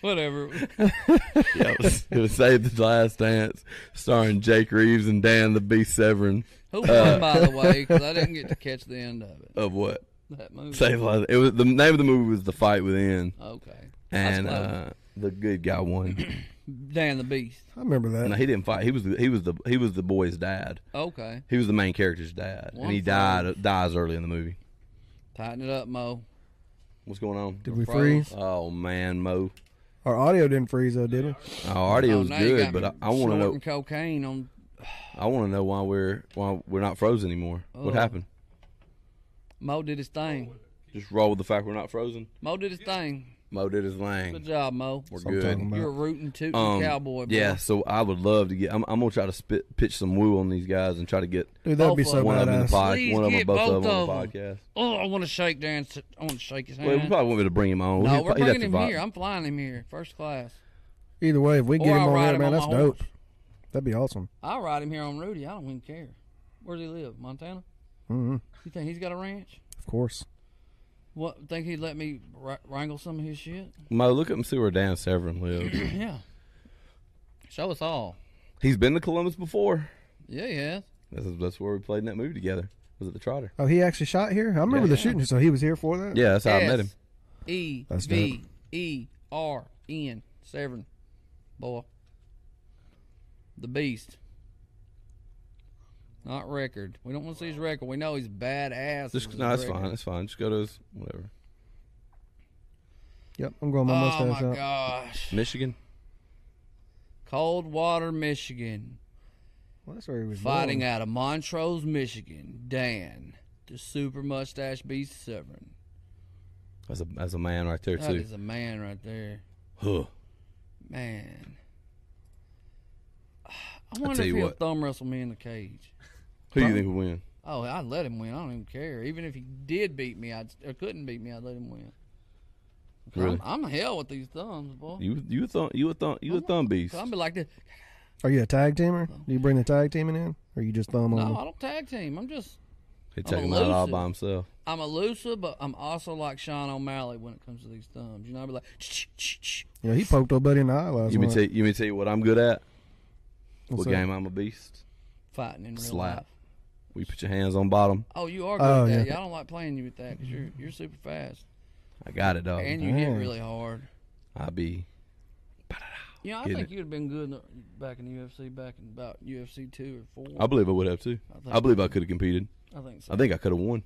S2: Whatever.
S1: yeah. It was, it was Save the Last Dance, starring Jake Reeves and Dan the Beast Severn.
S2: Who won,
S1: Uh,
S2: by the way? Because I didn't get to catch the end of it.
S1: Of what?
S2: That movie.
S1: Save the Last. It was the name of the movie was The Fight Within,
S2: Okay. That's
S1: and
S2: close.
S1: uh, the good guy won.
S2: Dan the Beast.
S3: I remember that.
S1: no, he didn't fight. He was the, he was the he was the boy's dad.
S2: Okay.
S1: He was the main character's dad, and he
S2: One for
S1: died dies early in the movie.
S2: Tighten it up, Mo.
S1: What's going on?
S3: Did we
S2: Froze.
S3: freeze?
S1: Oh man, Mo.
S3: Our audio didn't freeze though, did it?
S1: Oh, already
S2: Oh,
S1: was
S2: now you
S1: good,
S2: got
S1: but I,
S2: me
S1: I want to know.
S2: snorting cocaine on.
S1: I want to know why we're why we're not frozen anymore. What
S2: Oh.
S1: happened?
S2: Mo did his thing.
S1: Just roll with the fact we're not frozen.
S2: Mo did his thing.
S1: Mo did his
S2: Good
S1: thing.
S2: job, Mo.
S1: We're
S3: I'm
S1: good.
S3: talking about.
S2: You're a rooting tooting
S1: Um,
S2: cowboy. Bro.
S1: yeah, so I would love to get. I'm, I'm gonna try to spit, pitch some woo on these guys and try to get
S3: Dude, that'd be
S2: Both
S3: so
S2: of
S1: one of them in the
S3: badass.
S1: podcast,
S2: Please
S1: one of them,
S2: get
S1: both of
S2: both
S1: them on
S2: of
S1: the podcast.
S2: Oh, I want to shake Dan's. I want to shake his hand.
S1: Well, we probably won't be able to bring him on.
S2: no,
S1: He'd
S2: we're
S1: pro- he'd have
S2: bringing
S1: to
S2: him
S1: vi-
S2: here. I'm flying him here, first class.
S3: Either way, if we can
S2: Or
S3: get
S2: I'll
S3: him on
S2: ride
S3: there,
S2: him
S3: man,
S2: on
S3: that's
S2: my horse.
S3: dope. That'd be awesome.
S2: I'll ride him here on Rudy. I don't even care. Where does he live? Montana?
S1: Mm-hmm.
S3: hmm
S2: You think he's got a ranch?
S3: Of course.
S2: What? Think he'd let me wra- wrangle some of his shit?
S1: Mo, look up and see where Dan Severin lives.
S2: yeah. Show us all.
S1: He's been to Columbus before.
S2: Yeah, he has.
S1: That's, that's where we played in that movie together. Was it the Trotter?
S3: Oh, he actually shot here? I remember
S1: Yeah.
S3: the shooting, so he was here for that?
S1: Yeah, that's how I met him.
S2: E
S3: That's
S2: V E R N Severn, boy. The beast. Not record. We don't want to see his record. We know he's badass.
S1: Just
S2: with
S1: no,
S2: his
S1: that's
S2: record.
S1: fine. That's fine. Just go to his whatever.
S3: Yep, I'm going my
S2: Oh
S3: mustache
S2: my
S3: out.
S2: gosh!
S1: Michigan.
S2: Coldwater, Michigan,
S3: Well, that's where he was
S2: fighting
S3: born.
S2: out of Montrose, Michigan. Dan, the super mustache beast Severn.
S1: As a as a man right there
S2: That
S1: too.
S2: is a man right there,
S1: Huh.
S2: man. I wonder
S1: tell
S2: if
S1: you
S2: he'll
S1: what.
S2: thumb wrestle me in the cage.
S1: Who do you think will win?
S2: Oh, I'd let him win. I don't even care. Even if he did beat me, I'd or couldn't beat me, I'd let him win.
S1: Really?
S2: I'm, I'm hell with these thumbs, boy.
S1: You you a thumb you a thumb you a thumb beast.
S2: So I'm be like this.
S3: Are you a tag teamer? Do you bring the tag teaming in? Or you just thumb on
S2: No,
S3: them?
S2: I don't tag team. I'm just
S1: He
S2: I'm
S1: took him out all
S2: elusive.
S1: by himself.
S2: I'm elusive, but I'm also like Sean O'Malley when it comes to these thumbs. You know, I'd be like, "Ch-ch, ch-ch."
S3: Yeah, he poked old buddy in the eye last
S1: You mean
S3: night.
S1: tell you mean tell you what I'm good at? what
S3: What's up?
S1: game I'm a beast?
S2: fighting in real
S1: Slap.
S2: life.
S1: We put your hands on bottom.
S2: Oh, you are good
S3: Oh,
S2: at that.
S3: yeah.
S2: Yeah. I don't like playing you with that because you're you're super fast
S1: I got it,
S3: Oh,
S1: dog.
S2: and you
S3: damn.
S2: hit really hard.
S1: I be
S2: You know, I
S1: Getting
S2: think
S1: it.
S2: you'd have been good in the, back in UFC, back in about UFC two or four.
S1: I believe I would have too.
S2: I think-
S1: I believe I could have competed.
S2: I think so.
S1: I think I could have won.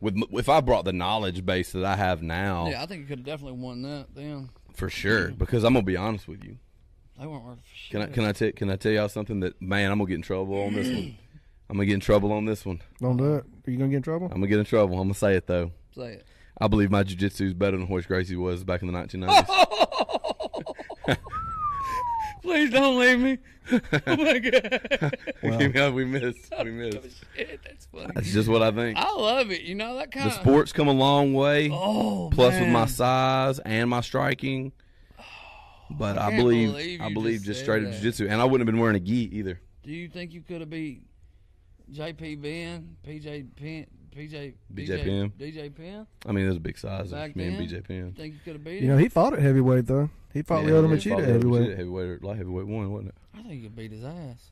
S1: With m- if I brought the knowledge base that I have now,
S2: Yeah, Mm. I think you could have definitely won that then.
S1: for sure. Because I'm gonna be honest with you.
S2: They weren't worth shit.
S1: Can I can I tell can I tell y'all something that man I'm gonna get in trouble on this one. I'm gonna get in trouble on this one.
S3: Don't do it. Are you going to get in trouble?
S1: I'm gonna get in trouble. I'm gonna say it though.
S2: say it?
S1: I believe my jiu-jitsu is better than Hoist Gracie was back in the 1990s.
S2: Please don't leave me. oh my god.
S1: we, missed. we missed. We missed.
S2: Shit, that's funny.
S1: That's just what I think.
S2: I love it. You know that kind
S1: The
S2: of
S1: sports come a long way.
S2: Ah. Oh,
S1: plus with
S2: man. Oh,
S1: my size and my striking. But I,
S2: can't
S1: believe,
S2: believe
S1: I
S2: you
S1: believe
S2: just
S1: just
S2: said
S1: straight up
S2: that.
S1: jiu-jitsu, and I wouldn't have been wearing a gi either.
S2: Do you think you could have beat JP Ben, PJ Penn, PJ
S1: BJ Penn.
S2: DJ Penn?
S1: I mean, there's a big size
S2: Back
S1: of me and
S2: then?
S1: BJ
S2: You
S1: Penn.
S2: think you could have beat
S3: You
S2: him?
S3: know, he fought at heavyweight, though. He fought
S1: Yeah,
S3: Lyoto
S1: he
S3: Machida
S1: fought
S3: at
S1: Lyoto
S3: heavyweight.
S1: Machida, heavyweight, or light heavyweight one, wasn't it?
S2: I think you could beat his ass.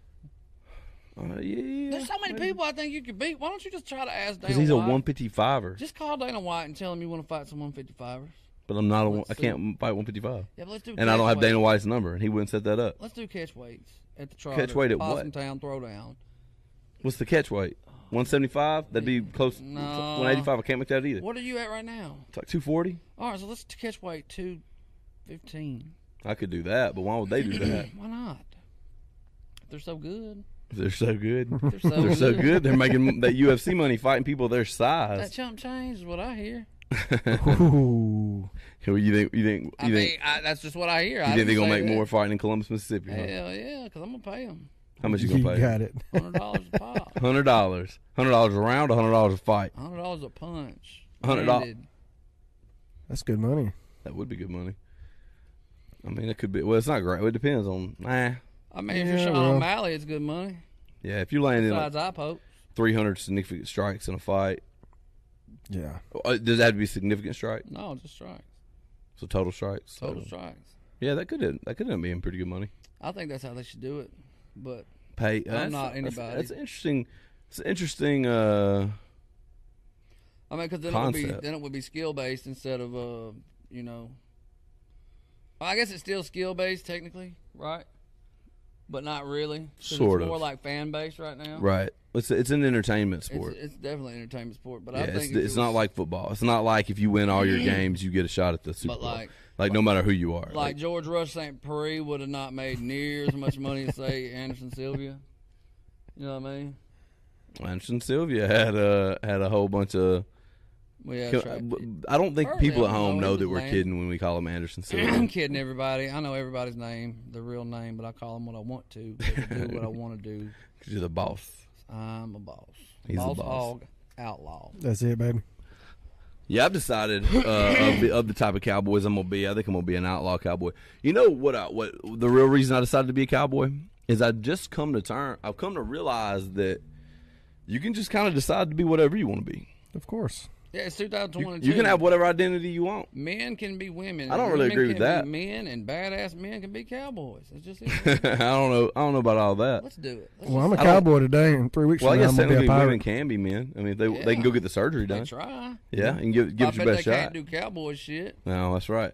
S1: Uh, yeah,
S2: There's so many people I think you could beat. Why don't you just try to ask Dana
S1: because he's a
S2: White?
S1: 155er,
S2: Just call Dana White and tell him you want to fight some 155ers.
S1: but I'm not. A, one- I
S2: Let's see.
S1: can't fight 155,
S2: Yeah, but let's do
S1: and I don't have
S2: catchweight.
S1: Dana White's number, and he wouldn't set that up.
S2: Let's do catch weights at the Trotter.
S1: Catch weight at what?
S2: Possum Town Throwdown.
S1: What's the catch weight? 175? That'd be close.
S2: No.
S1: 185. I can't make that either.
S2: What are you at right now?
S1: It's like 240.
S2: All right, so let's t- catch weight two fifteen.
S1: I could do that, but why would they do that?
S2: Why not? They're so good.
S1: They're so good.
S2: They're so
S1: They're
S2: good.
S1: so good. They're making that UFC money fighting people their
S2: That
S1: size.
S2: chump change is what I hear.
S3: Ooh.
S1: Who you think? You think?
S2: I
S1: You
S2: mean,
S1: think?
S2: I, that's just what I hear.
S1: You
S2: I
S1: think
S2: just
S1: they're gonna
S2: say
S1: make
S2: that.
S1: more fighting in Columbus, Mississippi? huh?
S2: Hell yeah, because I'm gonna pay them
S1: How much you
S3: You
S1: gonna pay?
S3: got it.
S2: hundred dollars a pop,
S1: Hundred dollars. Hundred dollars a round. Hundred dollars a fight.
S2: hundred dollars a punch,
S1: $100.
S2: Branded.
S3: That's good money.
S1: That would be good money. I mean, it could be. Well, it's not great. It depends on. Nah.
S2: I mean, if you're
S3: Yeah,
S2: Sean
S3: well.
S2: O'Malley, it's good money.
S1: Yeah, if you're landing like
S2: Besides, I poke.
S1: 300 significant strikes in a fight,
S3: Yeah.
S1: uh, does that have to be significant strike?
S2: No, just strikes.
S1: So total strikes.
S2: Total
S1: So-
S2: strikes.
S1: Yeah, that could that could end up being pretty good money.
S2: I think that's how they should do it. But
S1: Pay. that's-
S2: not
S1: that's-
S2: anybody.
S1: That's, interesting. It's an interesting. Uh,
S2: I mean, because then it would
S1: Concept.
S2: be then it would be skill based instead of uh, you know. Well, I guess it's still skill based technically, right? But not really. 'cause
S1: Sort
S2: it's
S1: of.
S2: More like fan based right now.
S1: right. It's it's an entertainment
S2: It's,
S1: sport.
S2: it's definitely an entertainment sport, but
S1: yeah,
S2: I think
S1: it's,
S2: if it
S1: it's not
S2: was- Mm-hmm.
S1: like football. It's not like if you win all your games, you get a shot at the Super
S2: But
S1: Bowl.
S2: like-
S1: no matter who you are.
S2: like George Rush St. Pierre would have not made near as much money as say Anderson Sylvia. You know what I mean?
S1: uh, Anderson Sylvia had a had a whole bunch of
S2: We had
S1: Can-
S2: tried-
S1: I don't think
S2: Hardly
S1: people at
S2: ever
S1: home
S2: know
S1: know
S2: his
S1: that we're
S2: name.
S1: kidding when we call him Anderson
S2: I'm
S1: Silva.
S2: kidding everybody. I know everybody's name, their real name, but I call them what I want to. 'cause I do what I want to do.
S1: 'Cause You're the boss.
S2: I'm a boss.
S1: He's the
S2: boss,
S1: boss.
S2: hog, outlaw.
S3: That's it, baby.
S1: Yeah, I've decided uh, of, the, of the type of cowboys I'm gonna be. I think I'm gonna be an outlaw cowboy. You know what? I, what the real reason I decided to be a cowboy is I just come to turn. I've come to realize that you can just kind of decide to be whatever you want to be.
S3: Of course.
S2: Yeah, it's
S1: You,
S2: 2022.
S1: you can have whatever identity you want.
S2: men can be women.
S1: I don't
S2: and
S1: really
S2: women
S1: agree with
S2: can be
S1: that.
S2: Men and badass men can be cowboys. It's just
S1: I don't know. I don't know about all that.
S2: let's do it. Let's
S3: Well, I'm
S1: I
S3: a
S1: don't-
S3: cowboy today. In three weeks
S1: Well, I
S3: from now,
S1: guess
S3: I'm gonna be
S1: technically
S3: a
S1: women
S3: pirate.
S1: can be men. I mean, they they can
S2: Yeah.
S1: go get the surgery
S2: they
S1: done.
S2: try.
S1: Yeah, and give give
S2: I
S1: it your
S2: bet
S1: best
S2: they
S1: shot.
S2: can't do cowboy shit.
S1: no, that's right.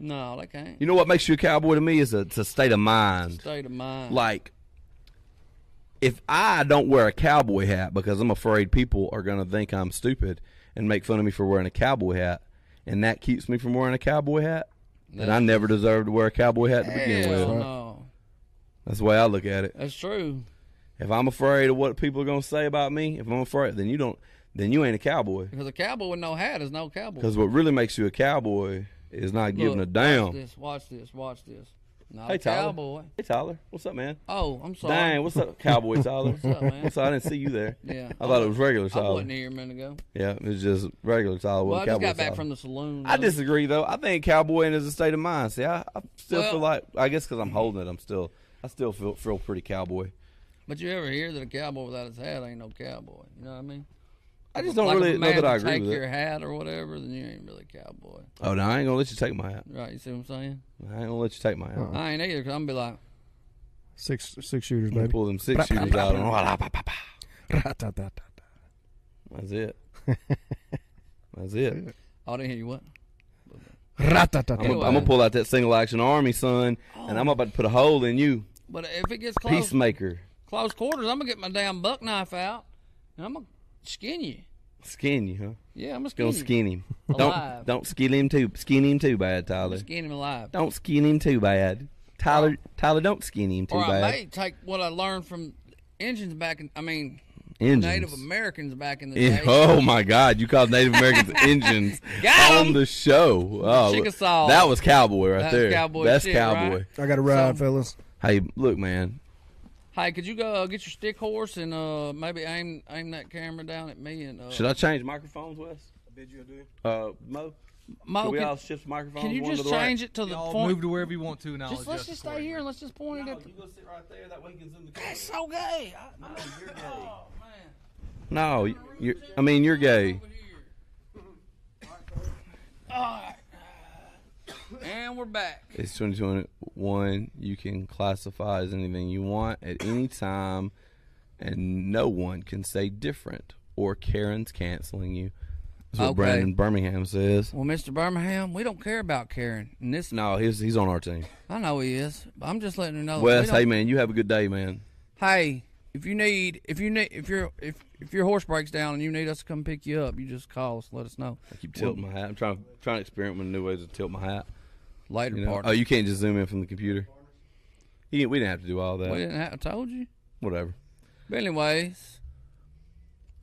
S2: No, they can't.
S1: You know what makes you a cowboy to me is a, it's a state of mind.
S2: State of mind.
S1: like if I don't wear a cowboy hat because I'm afraid people are going to think I'm stupid and make fun of me for wearing a cowboy hat, and that keeps me from wearing a cowboy hat, then I never deserve to wear a cowboy hat to begin
S2: Hell
S1: with.
S2: no.
S1: That's the way I look at it.
S2: That's true.
S1: If I'm afraid of what people are going to say about me, if I'm afraid, then you don't, then you ain't a cowboy.
S2: Because a cowboy with no hat is no cowboy.
S1: Because what really makes you a cowboy is not giving a
S2: Look,
S1: damn.
S2: Watch this, watch this, watch this. Not
S1: Hey,
S2: a
S1: Tyler.
S2: cowboy.
S1: Hey Tyler, what's up, man?
S2: Oh, I'm sorry.
S1: Dang, what's up, cowboy Tyler? what's
S2: up, man?
S1: I didn't see you there.
S2: Yeah.
S1: I thought it was regular
S2: I
S1: Tyler.
S2: wasn't here a minute ago.
S1: Yeah, it was just regular solid.
S2: Well,
S1: with
S2: I
S1: cowboy
S2: just got back
S1: solid.
S2: from the saloon.
S1: I
S2: though.
S1: disagree though. I think cowboying is a state of mind. See, I, I still
S2: Well- mm-hmm.
S1: feel like I guess because I'm holding it, I'm still I still feel feel pretty cowboy.
S2: But you ever hear that a cowboy without his hat ain't no cowboy? You know what I mean?
S1: I just don't
S2: like if
S1: really
S2: a
S1: know
S2: man
S1: that I
S2: can
S1: agree
S2: take
S1: with
S2: your
S1: it.
S2: hat or whatever, then you ain't really a cowboy,
S1: Oh no, I ain't gonna let you take my hat.
S2: right? You see what I'm saying?
S1: I ain't gonna let you take my hat.
S3: Uh-uh.
S2: I ain't either. Cause I'm gonna be like,
S3: Six six shooters,
S1: I'm gonna
S3: baby.
S1: pull them six shooters out. on-
S3: Ra-ta-ta-ta-ta.
S1: That's it. That's it.
S2: oh, I didn't hear you what?
S1: I'm
S3: Ra-ta-ta-ta.
S1: gonna I'm gonna pull out that single action army, son, and
S2: Oh.
S1: I'm about to put a hole in you,
S2: But if it gets close,
S1: peacemaker.
S2: close quarters, I'm gonna get my damn buck knife out and I'm gonna skin you.
S1: Skin you, huh?
S2: Yeah, I'm gonna skin
S1: Gonna
S2: you.
S1: skin him.
S2: Hmm. Alive.
S1: Don't don't skin him too. Skin him too bad,
S2: I'm
S1: Tyler.
S2: skin him alive.
S1: Don't skin him too bad. Tyler, Tyler, don't skin him too
S2: or I
S1: bad.
S2: may take what I learned from Indians back in, I mean, Native
S1: Engines.
S2: Americans back in the
S1: Yeah,
S2: day.
S1: Oh my God! You called Native Americans engines
S2: Got 'em.
S1: on the show. Oh,
S2: Chickasaw.
S1: that was cowboy right
S2: That's
S1: there.
S2: cowboy
S1: That's
S2: shit,
S1: cowboy.
S3: I got a ride,
S2: So-
S3: fellas.
S1: Hey, look, man.
S2: Hey, could you go uh, get your stick horse and uh, maybe aim aim that camera down at me and uh,
S1: Should I change microphones, Wes? Uh, Mo,
S2: Mo,
S1: can we
S2: Oh, can,
S1: all shift microphones?
S2: can you
S1: one to
S2: just
S1: the right?
S2: change it to the
S4: Y'all
S2: point?
S4: move to wherever you want to, and I'll
S2: just let's
S4: adjust
S2: just stay
S4: accordingly.
S2: here and let's just point it at. The,
S1: go sit right there. That way you can zoom the
S2: that's so gay. I, no,
S1: you're gay.
S2: Oh man.
S1: No, you- you're, I mean you're gay.
S2: Over here. All right. And we're back.
S1: It's 2021. You can classify as anything you want at any time, and no one can say different or Karen's canceling you. That's what
S2: Okay.
S1: Brandon Birmingham says.
S2: Well, Mr. Birmingham, we don't care about Karen. And this,
S1: No, he's he's on our team.
S2: I know he is. But I'm just letting Oh, you know. we
S1: Wes,
S2: don't-
S1: hey man, you have a good day, man.
S2: hey, if you need, if you need, if your if if your horse breaks down and you need us to come pick you up, you just call us. Let us know.
S1: I keep tilting my hat. I'm trying trying to experiment with new ways to tilt my hat.
S2: Later,
S1: You know?
S2: partner.
S1: Oh, you can't just zoom in from the computer. You can't- we didn't have to do all
S2: we
S1: that.
S2: didn't have, I told you.
S1: Whatever.
S2: But anyways,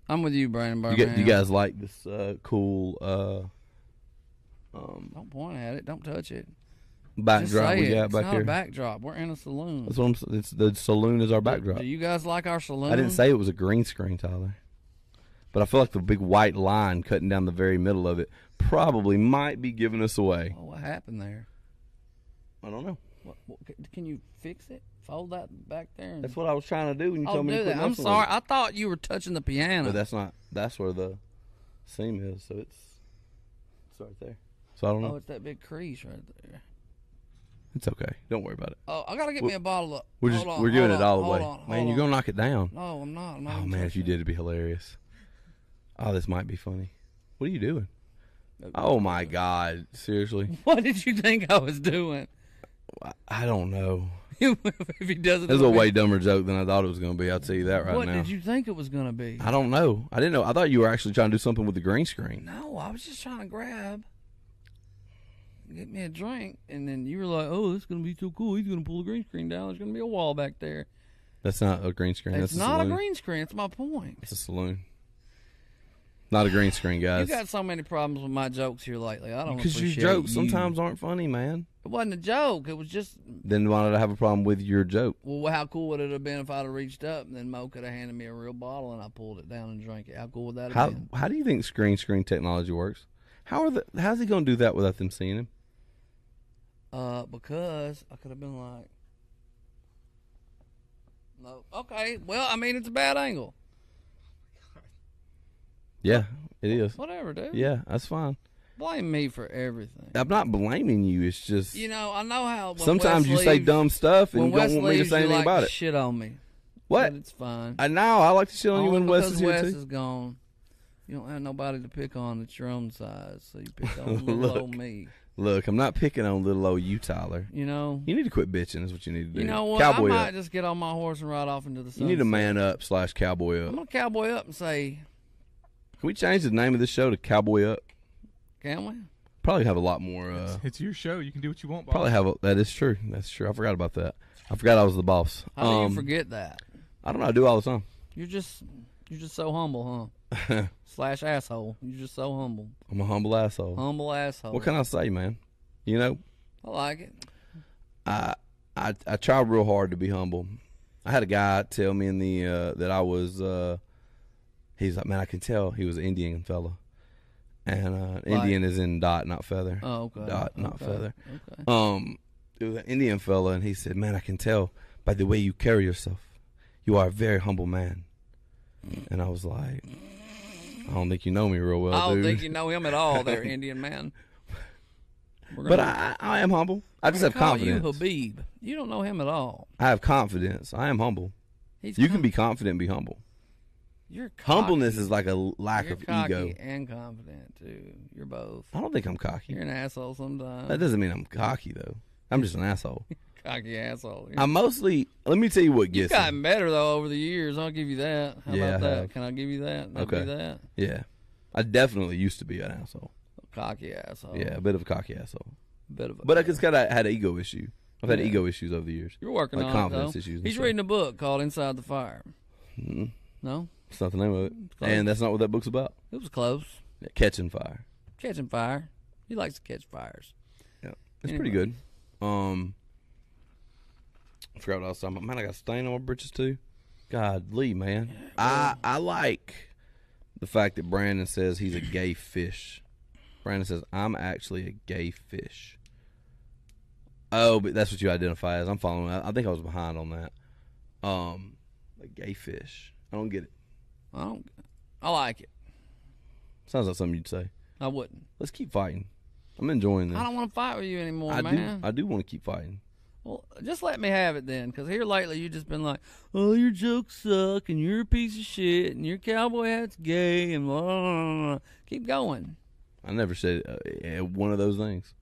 S2: I'm with you, Brandon
S1: You,
S2: Birmingham.
S1: get, you guys like this uh, cool uh, um,
S2: Don't point at it. Don't touch it. Just
S1: backdrop
S2: say
S1: we
S2: it.
S1: got
S2: it's
S1: back
S2: not
S1: here?
S2: a backdrop. We're in a saloon.
S1: That's what I'm. s- It's the saloon is our backdrop.
S2: Do you guys like our saloon?
S1: I didn't say it was a green screen, Tyler, but I feel like the big white line cutting down the very middle of it probably might be giving us away.
S2: Oh, what happened there?
S1: I don't know.
S2: What, what, c- can you fix it? Fold that back there. And,
S1: That's what I was trying to do when you
S2: I'll
S1: told me.
S2: Oh, do
S1: to put
S2: that. I'm
S1: nothing on
S2: sorry.
S1: it.
S2: I thought you were touching the piano.
S1: But that's not. That's where the seam is. So it's it's right there. So I don't know.
S2: oh, it's that big crease right there.
S1: it's okay. Don't worry about it.
S2: Oh, I gotta get me a bottle of.
S1: We're
S2: hold
S1: just
S2: on,
S1: we're giving
S2: hold
S1: it
S2: on,
S1: all
S2: hold
S1: away,
S2: on, hold
S1: man. You're
S2: on.
S1: gonna knock it down.
S2: No, I'm not. I'm not
S1: Oh
S2: even
S1: man, if you
S2: touching
S1: did, it'd be hilarious. Oh, this might be funny. What are you doing? Oh my God! Seriously,
S2: it. What did you think I was doing?
S1: I, I don't know.
S2: if he doesn't.
S1: This is a way dumber joke than I thought it was going to be. I'll tell you that right
S2: What
S1: now.
S2: did you think it was gonna be?
S1: I don't know. I didn't know. I thought you were actually trying to do something with the green screen.
S2: No, I was just trying to grab, get me a drink, and then you were like, "Oh, this is gonna be too cool. He's gonna pull the green screen down. There's gonna be a wall back there."
S1: That's not a green screen.
S2: It's
S1: That's
S2: not a
S1: saloon.
S2: green screen. It's my point.
S1: It's a saloon. Not a green screen,
S2: You
S1: guys.
S2: got so many problems with my jokes here lately. I don't
S1: Because your
S2: appreciate
S1: jokes
S2: you.
S1: sometimes aren't funny, man.
S2: It wasn't a joke. It was just,
S1: Then why did I have a problem with your joke?
S2: well, how cool would it have been if I'd have reached up and then Mo could have handed me a real bottle and I pulled it down and drank it? How cool would that have
S1: How
S2: been?
S1: how do you think screen screen technology works? How are the how's he gonna do that without them seeing him?
S2: Uh, because I could have been like, no, okay. Well, I mean, it's a bad angle.
S1: Yeah, it is.
S2: Whatever, dude.
S1: Yeah, that's fine.
S2: Blame me for everything.
S1: I'm not blaming you. It's just
S2: You know, I know how. When
S1: sometimes
S2: Wes
S1: you say
S2: leaves-
S1: dumb stuff and
S2: When
S1: you don't
S2: Wes
S1: want me to
S2: leaves,
S1: say
S2: you
S1: anything
S2: like
S1: about
S2: to
S1: it.
S2: Shit on me.
S1: What?
S2: But it's fine.
S1: I know. I like to shit on you
S2: Only
S1: when Wes
S2: because
S1: is here
S2: Wes
S1: too.
S2: is gone. You don't have nobody to pick on at your own size, so you pick on
S1: Look.
S2: little old me.
S1: Look, I'm not picking on little old you, Tyler.
S2: You know.
S1: You need to quit bitching. Is what you need to do.
S2: You know what?
S1: Cowboy
S2: I might
S1: up.
S2: just get on my horse and ride off into the
S1: You
S2: sunset.
S1: need to man up slash cowboy up. Can
S2: I'm gonna cowboy up and say,
S1: we change the name of this show to Cowboy Up?
S2: can we?
S1: Probably have a lot more. Uh,
S4: It's, it's your show. You can do what you want. Bob.
S1: probably have a, that is true. That's true. I forgot about that. I forgot I was the boss.
S2: How do
S1: Um,
S2: you forget that?
S1: I don't know. I do all the time.
S2: You're just you're just so humble, huh? Slash asshole. You're just so humble,
S1: I'm a humble asshole.
S2: humble asshole.
S1: What can I say, man? You know,
S2: I like it.
S1: I I I try real hard to be humble. I had a guy tell me in the uh, that I was. Uh, he's like, man, I can tell he was an Indian fella, and uh, Indian is in dot, not feather.
S2: Oh, okay.
S1: Dot, not
S2: Okay.
S1: feather.
S2: Okay.
S1: Um, it was an Indian fella, and he said, man, I can tell by the way you carry yourself. You are a very humble man. And I was like, I don't think you know me real well,
S2: I don't
S1: dude.
S2: think you know him at all, there, Indian man. We're
S1: but
S2: gonna
S1: I, I I am humble. I just have
S2: call
S1: confidence.
S2: you Habib. You don't know him at all.
S1: I have confidence. I am humble.
S2: He's
S1: You can be confident and be humble.
S2: You're cocky.
S1: Humbleness is like a lack
S2: You're
S1: of
S2: cocky
S1: ego.
S2: and confident too. You're both.
S1: I don't think I'm cocky.
S2: You're an asshole sometimes.
S1: That doesn't mean I'm cocky though. I'm just an asshole.
S2: cocky asshole.
S1: I'm mostly. Let me tell you what
S2: You've
S1: gets me.
S2: gotten better though over the years. I'll give you that. How
S1: Yeah, I
S2: about that?
S1: have.
S2: Can I give you that? I'll
S1: Okay.
S2: give you that.
S1: Yeah, I definitely used to be an asshole.
S2: Cocky asshole.
S1: Yeah, a bit of a cocky asshole.
S2: Bit of a
S1: But I just got I had an ego issue. I've had
S2: Yeah.
S1: ego issues over the years.
S2: You're working
S1: like
S2: on
S1: confidence
S2: it, though.
S1: issues and
S2: He's
S1: stuff.
S2: reading a book called Inside the Fire.
S1: Mm,
S2: No,
S1: That's not the name of it,
S2: Close.
S1: and that's not what that book's about.
S2: it was close.
S1: Yeah, Catching fire.
S2: Catching fire. He likes to catch fires.
S1: It's pretty good. Um, I forgot what I was talking about. Man, I got a stain on my britches too. God, Lee, man. I I like the fact that Brandon says he's a gay fish. Brandon says I'm actually a gay fish. Oh, but that's what you identify as. I'm following. I, I think I was behind on that. Um, a gay fish. I don't get it.
S2: I don't. I like it.
S1: Sounds like something you'd say.
S2: I wouldn't.
S1: Let's keep fighting. I'm enjoying this.
S2: I don't want to fight with you anymore,
S1: I
S2: man.
S1: do. I do want to keep fighting.
S2: well, just let me have it then, because here lately you've just been like, "Oh, your jokes suck, and you're a piece of shit, and your cowboy hat's gay, and blah, blah, blah, blah." keep going."
S1: I never said uh, eh, one of those things.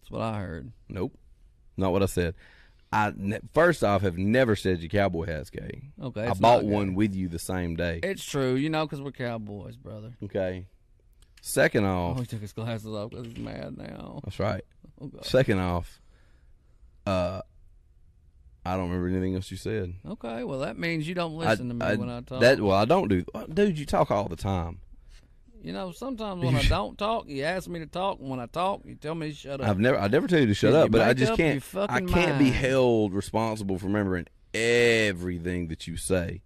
S2: That's what I heard.
S1: Nope, not what I said. I ne- first off have never said your cowboy hat's gay.
S2: Okay,
S1: I
S2: it's
S1: bought
S2: not gay.
S1: one with you the same day.
S2: It's true, you know, because we're cowboys, brother.
S1: Okay. Second
S2: Oh,
S1: off,
S2: he took his glasses off because he's mad now.
S1: that's right.
S2: Oh, God.
S1: Second off, uh, I don't remember anything else you said.
S2: Okay, well that means you don't listen to me when I talk.
S1: That well, I don't do. uh, Dude, you talk all the time.
S2: you know, sometimes when I don't talk, you ask me to talk, and when I talk, you tell me to shut up.
S1: I've never. I never tell you to shut
S2: Did you
S1: up, but I
S2: make
S1: just
S2: up
S1: can't.
S2: your fucking
S1: I can't be
S2: mind?
S1: held responsible for remembering everything that you say.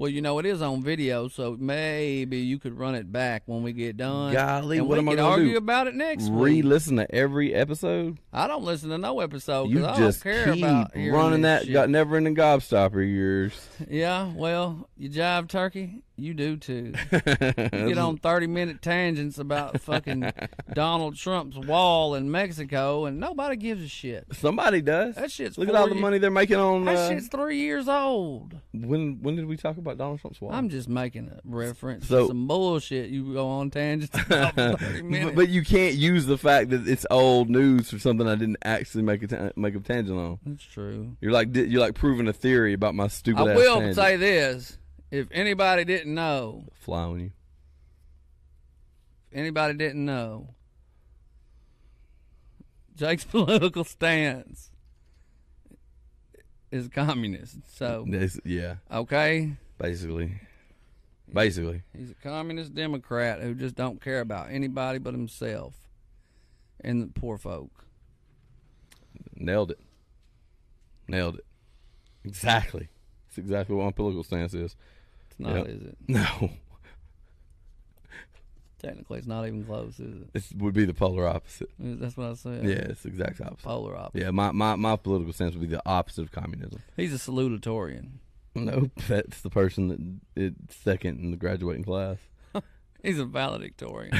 S2: well, you know it is on video, so maybe you could run it back when we get done.
S1: Golly,
S2: and
S1: what
S2: we
S1: am I
S2: could
S1: gonna
S2: argue
S1: do?
S2: about it next week.
S1: Re-listen to every episode.
S2: I don't listen to no episode
S1: You
S2: because Oh, I
S1: just
S2: don't care
S1: keep
S2: about hearing
S1: running
S2: this
S1: that
S2: shit.
S1: got never ending gobstopper yours.
S2: Yeah, well, you jive turkey, you do too. You
S1: Get
S2: get on 30 minute tangents about fucking Donald Trump's wall in Mexico, and nobody gives a shit.
S1: Somebody does.
S2: That shit's
S1: Look at all
S2: four
S1: the
S2: ye-
S1: money they're making on.
S2: That
S1: Uh,
S2: shit's three years old.
S1: when when did we talk about Donald Trump's wall?
S2: I'm just making a reference
S1: So-
S2: to some bullshit. You go on tangents about for 30 minutes.
S1: but, but you can't use the fact that it's old news for something I didn't actually make a ta- make a tangent on.
S2: That's true.
S1: You're like di- you're like proving a theory about my stupid.
S2: I
S1: ass
S2: will
S1: tangent.
S2: say this. If anybody didn't know,
S1: fly on you.
S2: if anybody didn't know, Jake's political stance is communist. So, Oh.
S1: That's- yeah,
S2: okay?
S1: basically. basically.
S2: He's a communist Democrat who just don't care about anybody but himself and the poor folk.
S1: Nailed it. Nailed it. Exactly. That's exactly what my political stance is.
S2: It's not,
S1: Yep.
S2: is it?
S1: No,
S2: Technically, it's not even close, is it?
S1: it would be the polar opposite.
S2: That's what I said.
S1: Yeah, it's the exact opposite.
S2: Polar opposite.
S1: Yeah, my, my, my political stance would be the opposite of communism.
S2: He's a salutatorian.
S1: Nope, that's the person that is second in the graduating class.
S2: He's a valedictorian.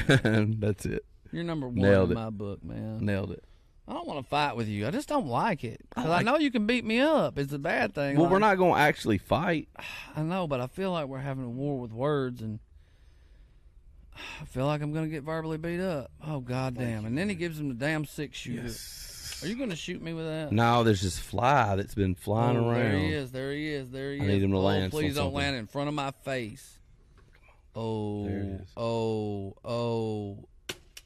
S1: that's it.
S2: You're number one
S1: Nailed
S2: in
S1: it.
S2: my book, man.
S1: Nailed it.
S2: I don't want to fight with you. I just don't like it. 'Cause I know you can beat me up. It's a bad thing.
S1: Well, we're
S2: Like,
S1: not going to actually fight.
S2: I know, but I feel like we're having a war with words, and I feel like I'm gonna get verbally beat up. Oh goddamn! And then he gives him the damn six shooter. Are you gonna shoot me with that?
S1: No, there's this fly that's been flying
S2: Oh,
S1: around.
S2: There he is. There he is. There he
S1: I
S2: is.
S1: need him to
S2: oh,
S1: land on
S2: Please don't
S1: something.
S2: land in front of my face. Oh,
S1: There it is.
S2: oh, oh,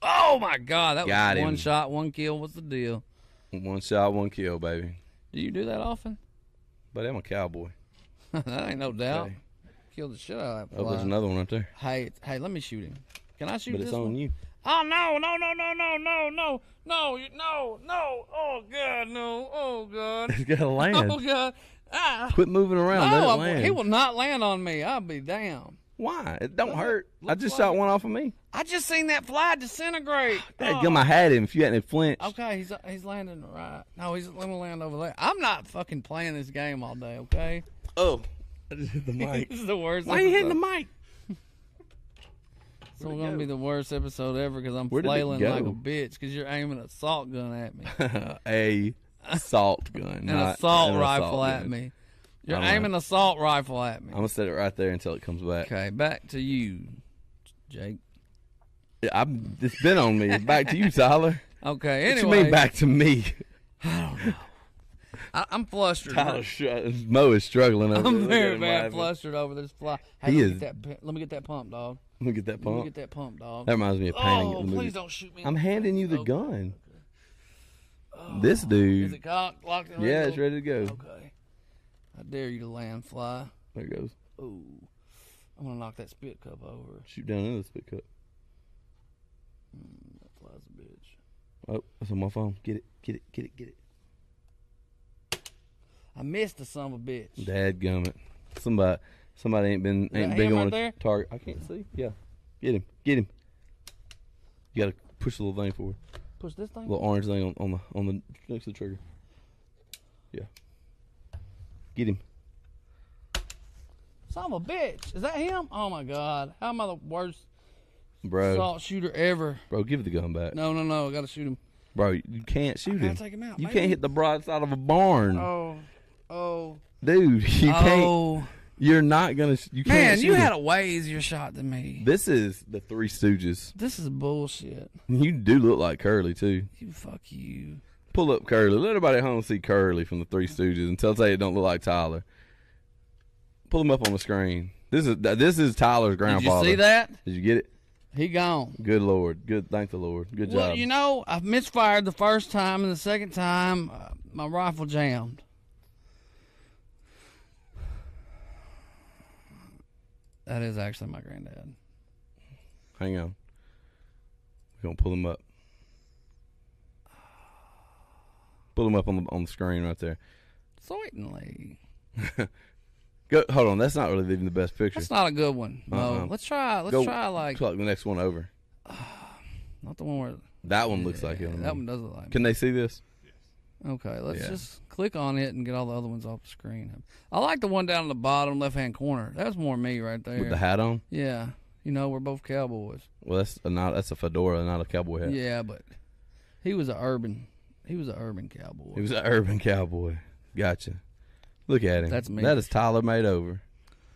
S2: oh my God! That
S1: Got
S2: was one
S1: him.
S2: shot, one kill. What's the deal?
S1: One shot, one kill, baby.
S2: Do you do that often?
S1: But I'm a cowboy.
S2: that ain't no doubt.
S1: Okay.
S2: Killed the shit out of that
S1: Oh, there's
S2: fly.
S1: another one right there.
S2: hey, hey, let me shoot him. Can I shoot
S1: But
S2: this
S1: it's
S2: one?
S1: on you.
S2: Oh no, no, no, no, no, no, no, no, you- no, no. Oh god, no. Oh god.
S1: It's got to
S2: Oh
S1: land.
S2: god. Ah.
S1: Quit moving around. Let
S2: No,
S1: it
S2: I-
S1: land.
S2: he will not land on me. I'll be damn.
S1: Why? It don't hurt. I
S2: looks
S1: just
S2: like
S1: shot
S2: it-
S1: one off of me.
S2: I just seen that fly disintegrate.
S1: That
S2: Oh.
S1: gum, I had him. If you hadn't flinched,
S2: Okay, he's uh, he's landing right. No, he's let me land over there. I'm not fucking playing this game all day. Okay,
S1: oh, I just hit the mic.
S2: this is the worst.
S1: Why are you hitting the
S2: episode.
S1: mic?
S2: This is gonna be the worst episode ever because I'm
S1: Where did it
S2: flailing
S1: go?
S2: like a bitch because you're aiming a salt gun at me.
S1: a salt gun,
S2: an
S1: not
S2: assault
S1: an
S2: rifle
S1: assault
S2: at
S1: gun.
S2: me. You're
S1: I don't know.
S2: aiming an assault rifle at me.
S1: I'm gonna set it right there until it comes back.
S2: Okay, back to you, Jake.
S1: Yeah, I'm, it's been on me. Back to you, Tyler.
S2: Okay,
S1: What
S2: anyway,
S1: you mean back to me?
S2: I, I'm flustered.
S1: Tyler, shut- Mo is struggling. Over there.
S2: I'm
S1: Look at
S2: very
S1: him
S2: bad
S1: laughing.
S2: flustered over this fly. Hey,
S1: He
S2: let, me
S1: is-
S2: get that, pi- let me get that pump, dog.
S1: Let me get that
S2: Let me
S1: pump.
S2: get that pump, dog.
S1: That reminds me of painting
S2: oh,
S1: in the movie.
S2: please don't shoot me.
S1: I'm handing you the gun.
S2: Oh,
S1: This
S2: Is
S1: dude.
S2: it cocked, locked, and
S1: Yeah,
S2: ready
S1: it's
S2: to
S1: ready to go.
S2: go? Okay. I dare you to land fly.
S1: There it goes.
S2: Ooh, I'm gonna knock that spit cup over.
S1: Shoot down into the spit cup.
S2: That fly's a bitch.
S1: Oh, that's on my phone. Get it. Get it. Get it. Get it.
S2: I missed the son of a bitch.
S1: Dad gummit. Somebody somebody ain't been ain't
S2: that
S1: big
S2: him
S1: on
S2: right
S1: a
S2: there?
S1: target. I can't see. Yeah. Get him. Get him. You gotta push the little thing forward.
S2: Push this thing.
S1: Little orange thing on, on the on the next to the trigger. Yeah. Get him.
S2: Son of a bitch. Is that him? Oh my god. How am I the worst
S1: Bro.
S2: salt shooter ever?
S1: Bro, give the gun back.
S2: No, no, no. I gotta shoot him.
S1: Bro, you can't shoot
S2: gotta
S1: him.
S2: take him out,
S1: you
S2: man.
S1: can't hit the broadside of a barn.
S2: Oh, oh,
S1: Dude, you can't
S2: oh.
S1: you're not gonna sh- you can't
S2: Man,
S1: shoot
S2: you
S1: him.
S2: had a way easier shot than me.
S1: This is the Three Stooges.
S2: This is bullshit.
S1: You do look like Curly too.
S2: You fuck you.
S1: Pull up Curly. Let everybody at home see Curly from the Three Stooges and tell Tay it don't look like Tyler. Pull him up on the screen. This is this is Tyler's
S2: Did you
S1: grandfather.
S2: see that?
S1: Did you get it?
S2: He gone.
S1: Good Lord. Good. Thank the Lord. Good
S2: Well,
S1: job.
S2: you know, I misfired the first time, and the second time, uh, my rifle jammed. That is actually my granddad.
S1: Hang on. We're gonna pull him up. Pull him up on the on the screen right there.
S2: Certainly.
S1: Go. Hold on. That's not really even the best picture.
S2: That's not a good one. No,
S1: Uh-uh.
S2: let's try. Let's
S1: Go-
S2: try like
S1: Clock the next one over.
S2: not the one where
S1: That one looks like him.
S2: that one doesn't like.
S1: Can they see this?
S2: Okay, let's
S1: Yeah.
S2: just click on it and get all the other ones off the screen. I like the one down in the bottom left hand corner. That's more me right there.
S1: With the hat on?
S2: Yeah, you know we're both cowboys.
S1: Well, that's a, not that's a fedora, not a cowboy
S2: Yeah.
S1: hat.
S2: but he was a urban. He was an urban cowboy.
S1: He was an urban cowboy. Gotcha. Look at him.
S2: That's me.
S1: That is Tyler made over.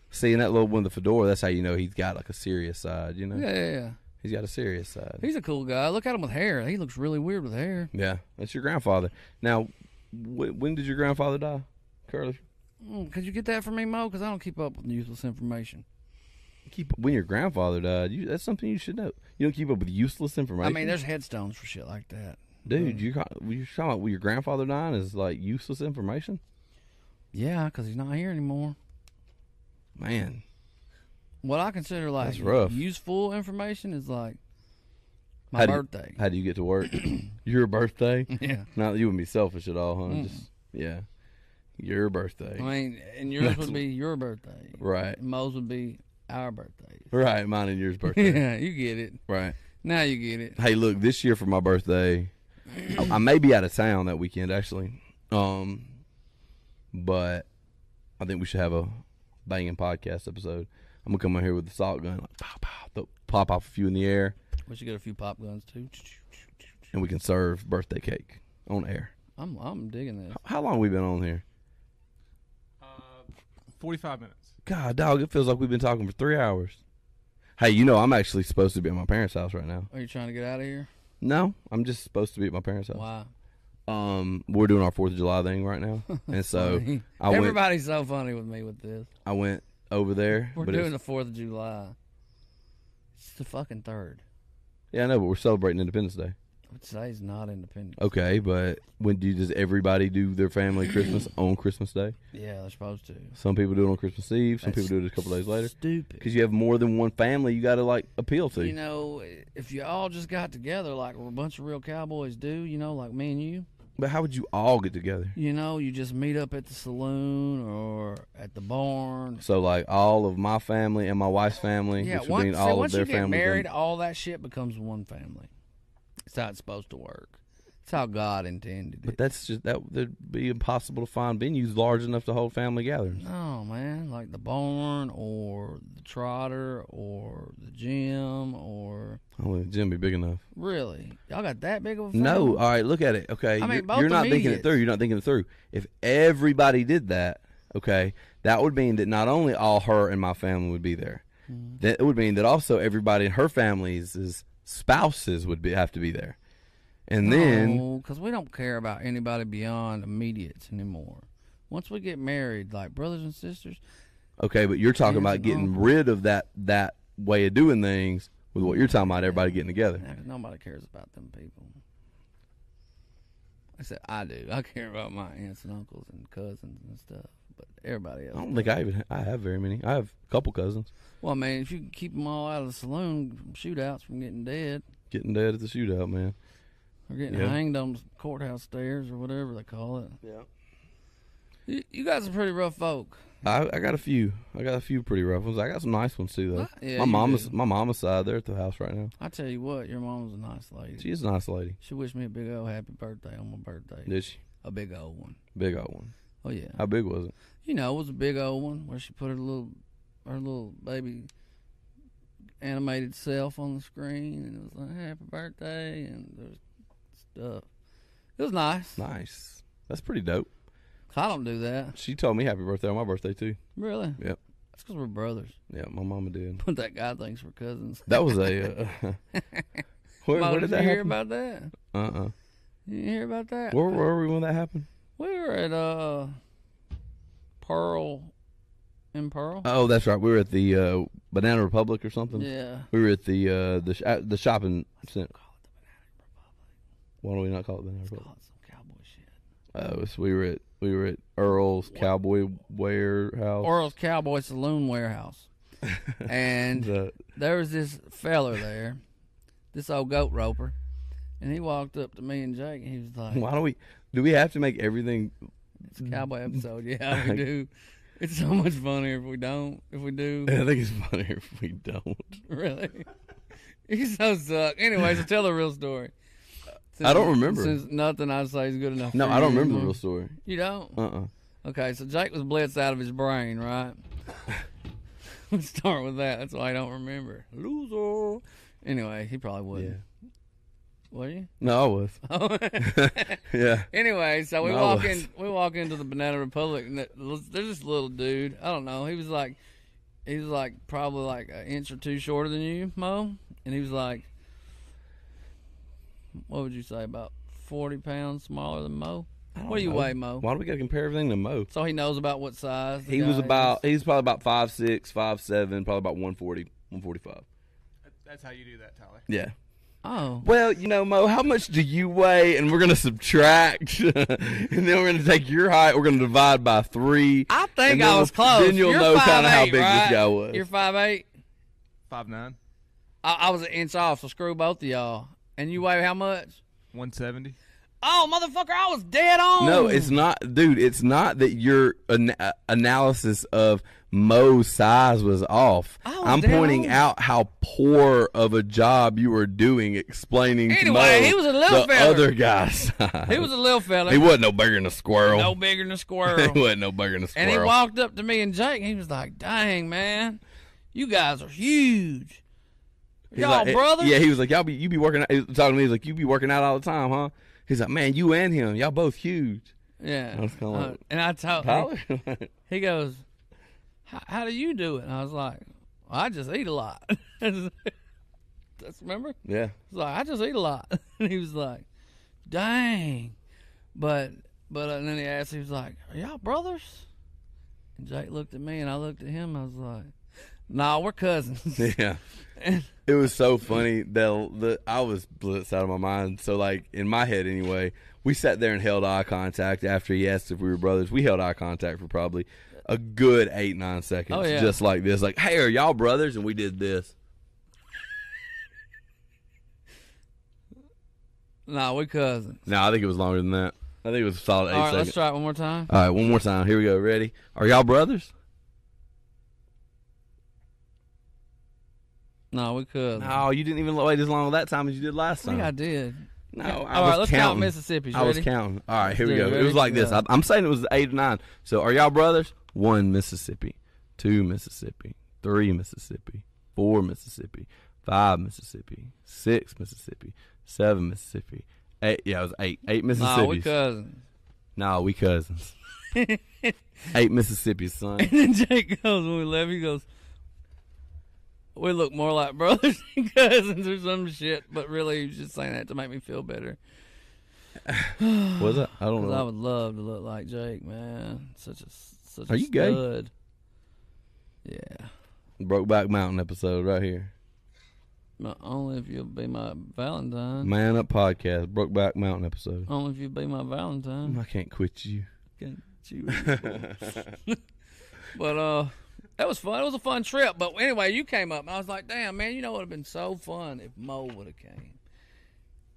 S1: Seeing that little one with the fedora, that's how you know he's got like a serious side. You know,
S2: yeah, yeah, yeah.
S1: he's got a serious side.
S2: He's a cool guy. Look at him with hair. He looks really weird with hair.
S1: yeah, that's your grandfather. Now, wh- when did your grandfather die, Curly?
S2: Mm, could you get that for me, Mo? Because I don't keep up with useless information.
S1: Keep when your grandfather died. You, that's something you should know. You don't keep up with useless
S2: I
S1: information.
S2: mean, there's headstones for shit like that.
S1: dude, you ca- you're talking about when your grandfather dying is like useless information.
S2: Yeah, because he's not here anymore.
S1: Man,
S2: what I consider like
S1: That's rough.
S2: useful information is like my
S1: How do you-
S2: birthday.
S1: How do you get to work? Your birthday?
S2: yeah.
S1: Not that you wouldn't be selfish at all, huh? Just yeah, your birthday.
S2: I mean, and yours
S1: That's-
S2: would be your birthday.
S1: Right,
S2: And Mo's would be our birthday.
S1: right. Mine and yours birthday.
S2: yeah, you get it.
S1: Right.
S2: Now you get it.
S1: Hey, look, this year for my birthday, I, I may be out of town that weekend actually. Um, but I think we should have a banging podcast episode. I'm gonna come out here with the salt gun, like, pow, pow, th- pop off a few in the air,
S2: We should get a few pop guns too.
S1: and we can serve birthday cake on air.
S2: I'm I'm digging this.
S1: How long we been on here?
S4: Uh, 45 minutes.
S1: God, dog, it feels like we've been talking for three hours. Hey, you know I'm actually supposed to be at my parents' house right now.
S2: Are you trying to get out of here?
S1: No, I'm just supposed to be at my parents' house.
S2: Why?
S1: Um, we're doing our Fourth of July thing right now, and so I went.
S2: Everybody's so funny with me with this.
S1: I went over there.
S2: We're
S1: but it
S2: doing
S1: was-
S2: the Fourth of July. It's the fucking third.
S1: yeah, I know, but we're celebrating Independence Day.
S2: But Today's not independent.
S1: Okay, but when do does everybody do their family Christmas on Christmas Day?
S2: Yeah, they're supposed to.
S1: Some people do it on Christmas Eve. Some
S2: That's
S1: people do it a couple days later.
S2: Stupid.
S1: Because you have more than one family, you got to like appeal to.
S2: You know, if you all just got together like a bunch of real cowboys do, you know, like me and you,
S1: but how would you all get together?
S2: you know, you just meet up at the saloon or at the barn.
S1: So like all of my family and my wife's family,
S2: Yeah,
S1: which would
S2: once,
S1: mean
S2: see,
S1: all
S2: once
S1: of their
S2: you get
S1: family.
S2: married, all that shit becomes one family. It's how it's supposed to work. It's how God intended
S1: but
S2: it.
S1: that's just that would be impossible to find venues large enough to hold family gatherings.
S2: No, man, like the barn or the trotter or the gym or
S1: Only the gym be big enough.
S2: really, y'all got that big of a family?
S1: No, uh, all right, look at it. Okay,
S2: I mean,
S1: you're,
S2: both
S1: you're not thinking it
S2: immediate.
S1: through. You're not thinking it through. If everybody did that, okay, that would mean that not only all her and my family would be there,
S2: Mm-hmm.
S1: that it would mean that also everybody in her family's is- spouses would be have to be there, and then
S2: because we don't care about anybody beyond immediates anymore. Once we get married, like brothers and sisters, Oh.
S1: okay, but you're talking
S2: Aunts
S1: about
S2: and
S1: getting rid of that that way of doing things with what you're talking about. Everybody getting together.
S2: nah, 'cause eh, nobody cares about them people. I said I do. I care about my aunts and uncles and cousins and stuff, but everybody
S1: I
S2: else.
S1: don't think I even I have very many. I have a couple cousins
S2: Well, man, if you can keep them all out of the saloon shootouts from getting dead
S1: getting dead at the shootout, man.
S2: or getting
S1: Yeah.
S2: hanged on the courthouse stairs or whatever they call it,
S1: Yeah.
S2: you, you guys are pretty rough folk.
S1: I, I got a few. I got a few pretty rough ones. I got some nice ones too, though.
S2: Well, yeah,
S1: my
S2: you
S1: mama's
S2: do.
S1: my mama's side. They're at the house right now.
S2: I tell you what, your mom's a nice lady.
S1: She is a nice lady.
S2: She wished me a big old happy birthday on my birthday.
S1: Did she?
S2: A big old one.
S1: Big old one.
S2: Oh yeah.
S1: How big was it?
S2: You know, it was a big old one where she put her little her little baby animated self on the screen and it was like happy birthday and there was stuff. It was nice.
S1: Nice. That's pretty dope.
S2: 'Cause I don't do that.
S1: She told me happy birthday on my birthday too.
S2: Really?
S1: Yep.
S2: That's because we're brothers.
S1: Yeah, my mama did.
S2: But that guy thinks we're cousins.
S1: That was a. Uh, where,
S2: Mo,
S1: where did
S2: did
S1: that
S2: you hear
S1: happen?
S2: about that?
S1: Uh uh
S2: You didn't hear about that?
S1: Where were we when that happened?
S2: we were at uh Pearl in Pearl.
S1: Oh, that's right. We were at the uh, Banana Republic or something.
S2: yeah.
S1: We were at the uh, the sh- uh, the shopping center. Why do we not call it Banana Republic?
S2: Call it some cowboy shit.
S1: Uh, it was- we were at we were at Earl's Cowboy Warehouse.
S2: Oral's Cowboy Saloon Warehouse. and
S1: The-
S2: there was this feller there, this old goat roper, and he walked up to me and Jake, and he was like,
S1: why don't we? Do we have to make everything?
S2: "It's a cowboy episode, yeah, we do. It's so much funnier if we don't. If we do,
S1: I think it's funnier if we don't.
S2: really, you so suck." Anyways, so tell the real story.
S1: I don't remember.
S2: Since nothing I say is good enough.
S1: No,
S2: for
S1: I don't
S2: you
S1: remember the real
S2: anymore.
S1: story.
S2: You don't.
S1: Uh uh
S2: Okay, so Jake was blitzed out of his brain, right? Let's start with that. That's why I don't remember. Loser. Anyway, he probably wouldn't. Were you?
S1: No, I was.
S2: Oh,
S1: yeah.
S2: Anyway, so we
S1: No, I
S2: walk in.
S1: wasn't.
S2: We walk into the Banana Republic, and there- there's this little dude. I don't know. He was like, he was like probably like an inch or two shorter than you, Mo. And he was like, what would you say about forty pounds smaller than Mo? What do you
S1: know.
S2: weigh, Mo?
S1: Why do we gotta compare everything to Mo?
S2: So he knows about what size. the
S1: He was
S2: guy is.
S1: about. He's probably about five six, five seven, probably about 140, 145.
S4: That's how you do that, Tyler.
S1: Yeah.
S2: oh.
S1: Well, you know, Mo, how much do you weigh? And we're gonna subtract, and then we're gonna take your height. We're gonna divide by three.
S2: I think
S1: And
S2: I
S1: then
S2: was
S1: we'll-
S2: close.
S1: then you'll
S2: You're
S1: know
S2: five
S1: kinda how
S2: eight,
S1: big this
S2: right?
S1: guy was.
S2: You're five eight.
S4: Five nine.
S2: I, I was an inch off, so screw both of y'all. And you weigh how much?
S4: One seventy.
S2: Oh, motherfucker, I was dead on.
S1: No, it's not, dude. It's not that your an- uh, analysis of Mo's size was off.
S2: I was
S1: I'm
S2: dead
S1: pointing
S2: on.
S1: out how poor of a job you were doing explaining to
S2: Anyway,
S1: Mo
S2: he was a little
S1: the
S2: fella.
S1: other guy's size.
S2: He was a little fella.
S1: He wasn't no bigger than a squirrel.
S2: no bigger than a
S1: he
S2: squirrel.
S1: wasn't no bigger than a squirrel.
S2: and he walked up to me and Jake, and he was like, "Dang, man, you guys are huge.
S1: He's
S2: Y'all
S1: like, eh,
S2: brothers?
S1: Yeah, he was like, y'all be you be working. Out. He was talking to me. He's like, you be working out all the time, huh? He's like, man, you and him, y'all both huge.
S2: Yeah.
S1: I was kinda
S2: Uh,
S1: like,
S2: and I told
S1: Tyler,
S2: he, he goes, "How- "How do you do it?" And I was like, "I just eat a lot." That's remember.
S1: yeah.
S2: He's like, I just eat a lot. And he was like, dang. But, but, uh, and then he asked, he was like, are y'all brothers? And Jake looked at me and I looked at him. I was like, nah, we're cousins.
S1: Yeah. It was so funny that the, I was blitzed out of my mind. So, like, in my head anyway, we sat there and held eye contact after he asked if we were brothers. We held eye contact for probably a good eight, nine seconds,
S2: Oh, yeah.
S1: just like this. Like, hey, are y'all brothers? And we did this.
S2: nah, we're cousins.
S1: No, I think it was longer than that. I think it was a solid eight
S2: All right,
S1: seconds.
S2: let's try it one more time.
S1: All right, one more time. Here we go. Ready? Are y'all brothers?
S2: nah, we're cousins.
S1: No, you didn't even wait as long that time as you did last
S2: I think
S1: time.
S2: I did.
S1: no,
S2: All
S1: I was
S2: right, let's count
S1: counting.
S2: Mississippi's.
S1: I was
S2: Ready?
S1: counting. All right, here we
S2: Dude,
S1: go. It
S2: ready?
S1: was like this.
S2: Yeah.
S1: I, I'm saying it was eight or nine. So, are y'all brothers? One Mississippi, two Mississippi, three Mississippi, four Mississippi, five Mississippi, six Mississippi, seven Mississippi, eight. Yeah, it was eight. Eight
S2: Nah, we
S1: Mississippi's.
S2: cousins.
S1: Nah, we cousins. eight Mississippi's, son.
S2: And Jake goes, when we left, he goes, we look more like brothers and cousins or some shit. But really, he was just saying that to make me feel better.
S1: Was it? I don't
S2: 'Cause I
S1: know.
S2: would love to look like Jake, man. Such a such.
S1: Are
S2: a
S1: you gay?
S2: stud. Yeah.
S1: Brokeback Mountain episode right here.
S2: Not only if you'll be my Valentine.
S1: Man Up Podcast, Brokeback Mountain episode.
S2: Only if you be my Valentine.
S1: I can't quit you.
S2: Can't you- but uh, that was fun. It was a fun trip. But anyway, you came up, and I was like, "Damn, man, you know it would have been so fun if Mo would have came."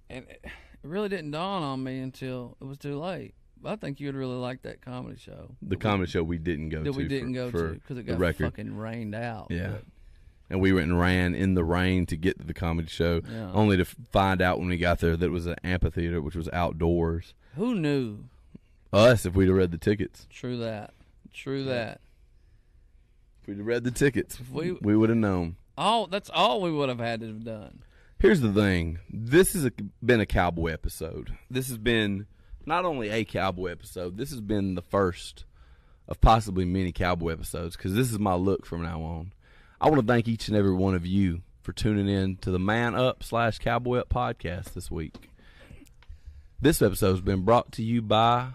S2: And it, it really didn't dawn on me until it was too late. But I think you'd really like that comedy show
S1: The comedy show we didn't go to.
S2: that we didn't
S1: for,
S2: go
S1: for
S2: to because it
S1: the
S2: got
S1: record.
S2: fucking rained out.
S1: Yeah. And we went and ran in the rain to get to the comedy show,
S2: Yeah.
S1: only to f- find out when we got there that it was an amphitheater, which was outdoors.
S2: Who knew?
S1: Us, if we'd have read the tickets,
S2: True that. True that.
S1: if we'd have read the tickets, we,
S2: we-
S1: would have known.
S2: All that's all we would have had to have done.
S1: Here's the thing this has a, been a cowboy episode. This has been not only a cowboy episode, this has been the first of possibly many cowboy episodes because this is my look from now on. I want to thank each and every one of you for tuning in to the Man Up slash Cowboy Up podcast this week. This episode has been brought to you by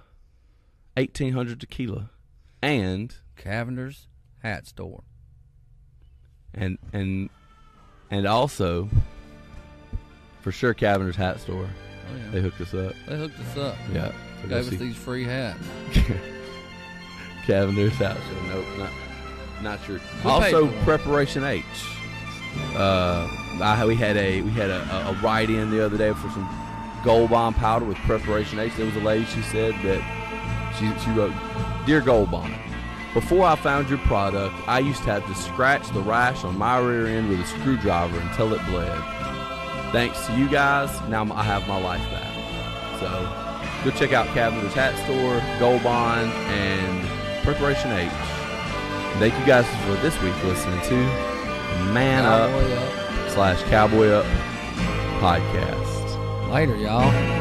S1: 1800 Tequila and
S2: Cavender's hat store.
S1: and and and also for sure Cavender's Hat Store.
S2: Oh
S1: They
S2: yeah.
S1: hooked us up.
S2: They hooked us up.
S1: Yeah. So go
S2: Gave us
S1: see
S2: these free hats.
S1: Cavender's Hat Store. Nope, not not sure.
S2: Who
S1: also
S2: paid for it?
S1: Preparation H. Uh, I, we had a we had a, a, a write in the other day for some gold bomb powder with Preparation H. There was a lady she said that she she wrote, "Dear Gold Bomb." Before I found your product, I used to have to scratch the rash on my rear end with a screwdriver until it bled. Thanks to you guys, now I have my life back. So go check out Cavender's Hat Store, Gold Bond, and Preparation H. Thank you guys for this week listening to Man
S2: All
S1: Up
S2: the way up.
S1: slash Cowboy Up podcast.
S2: Later, y'all.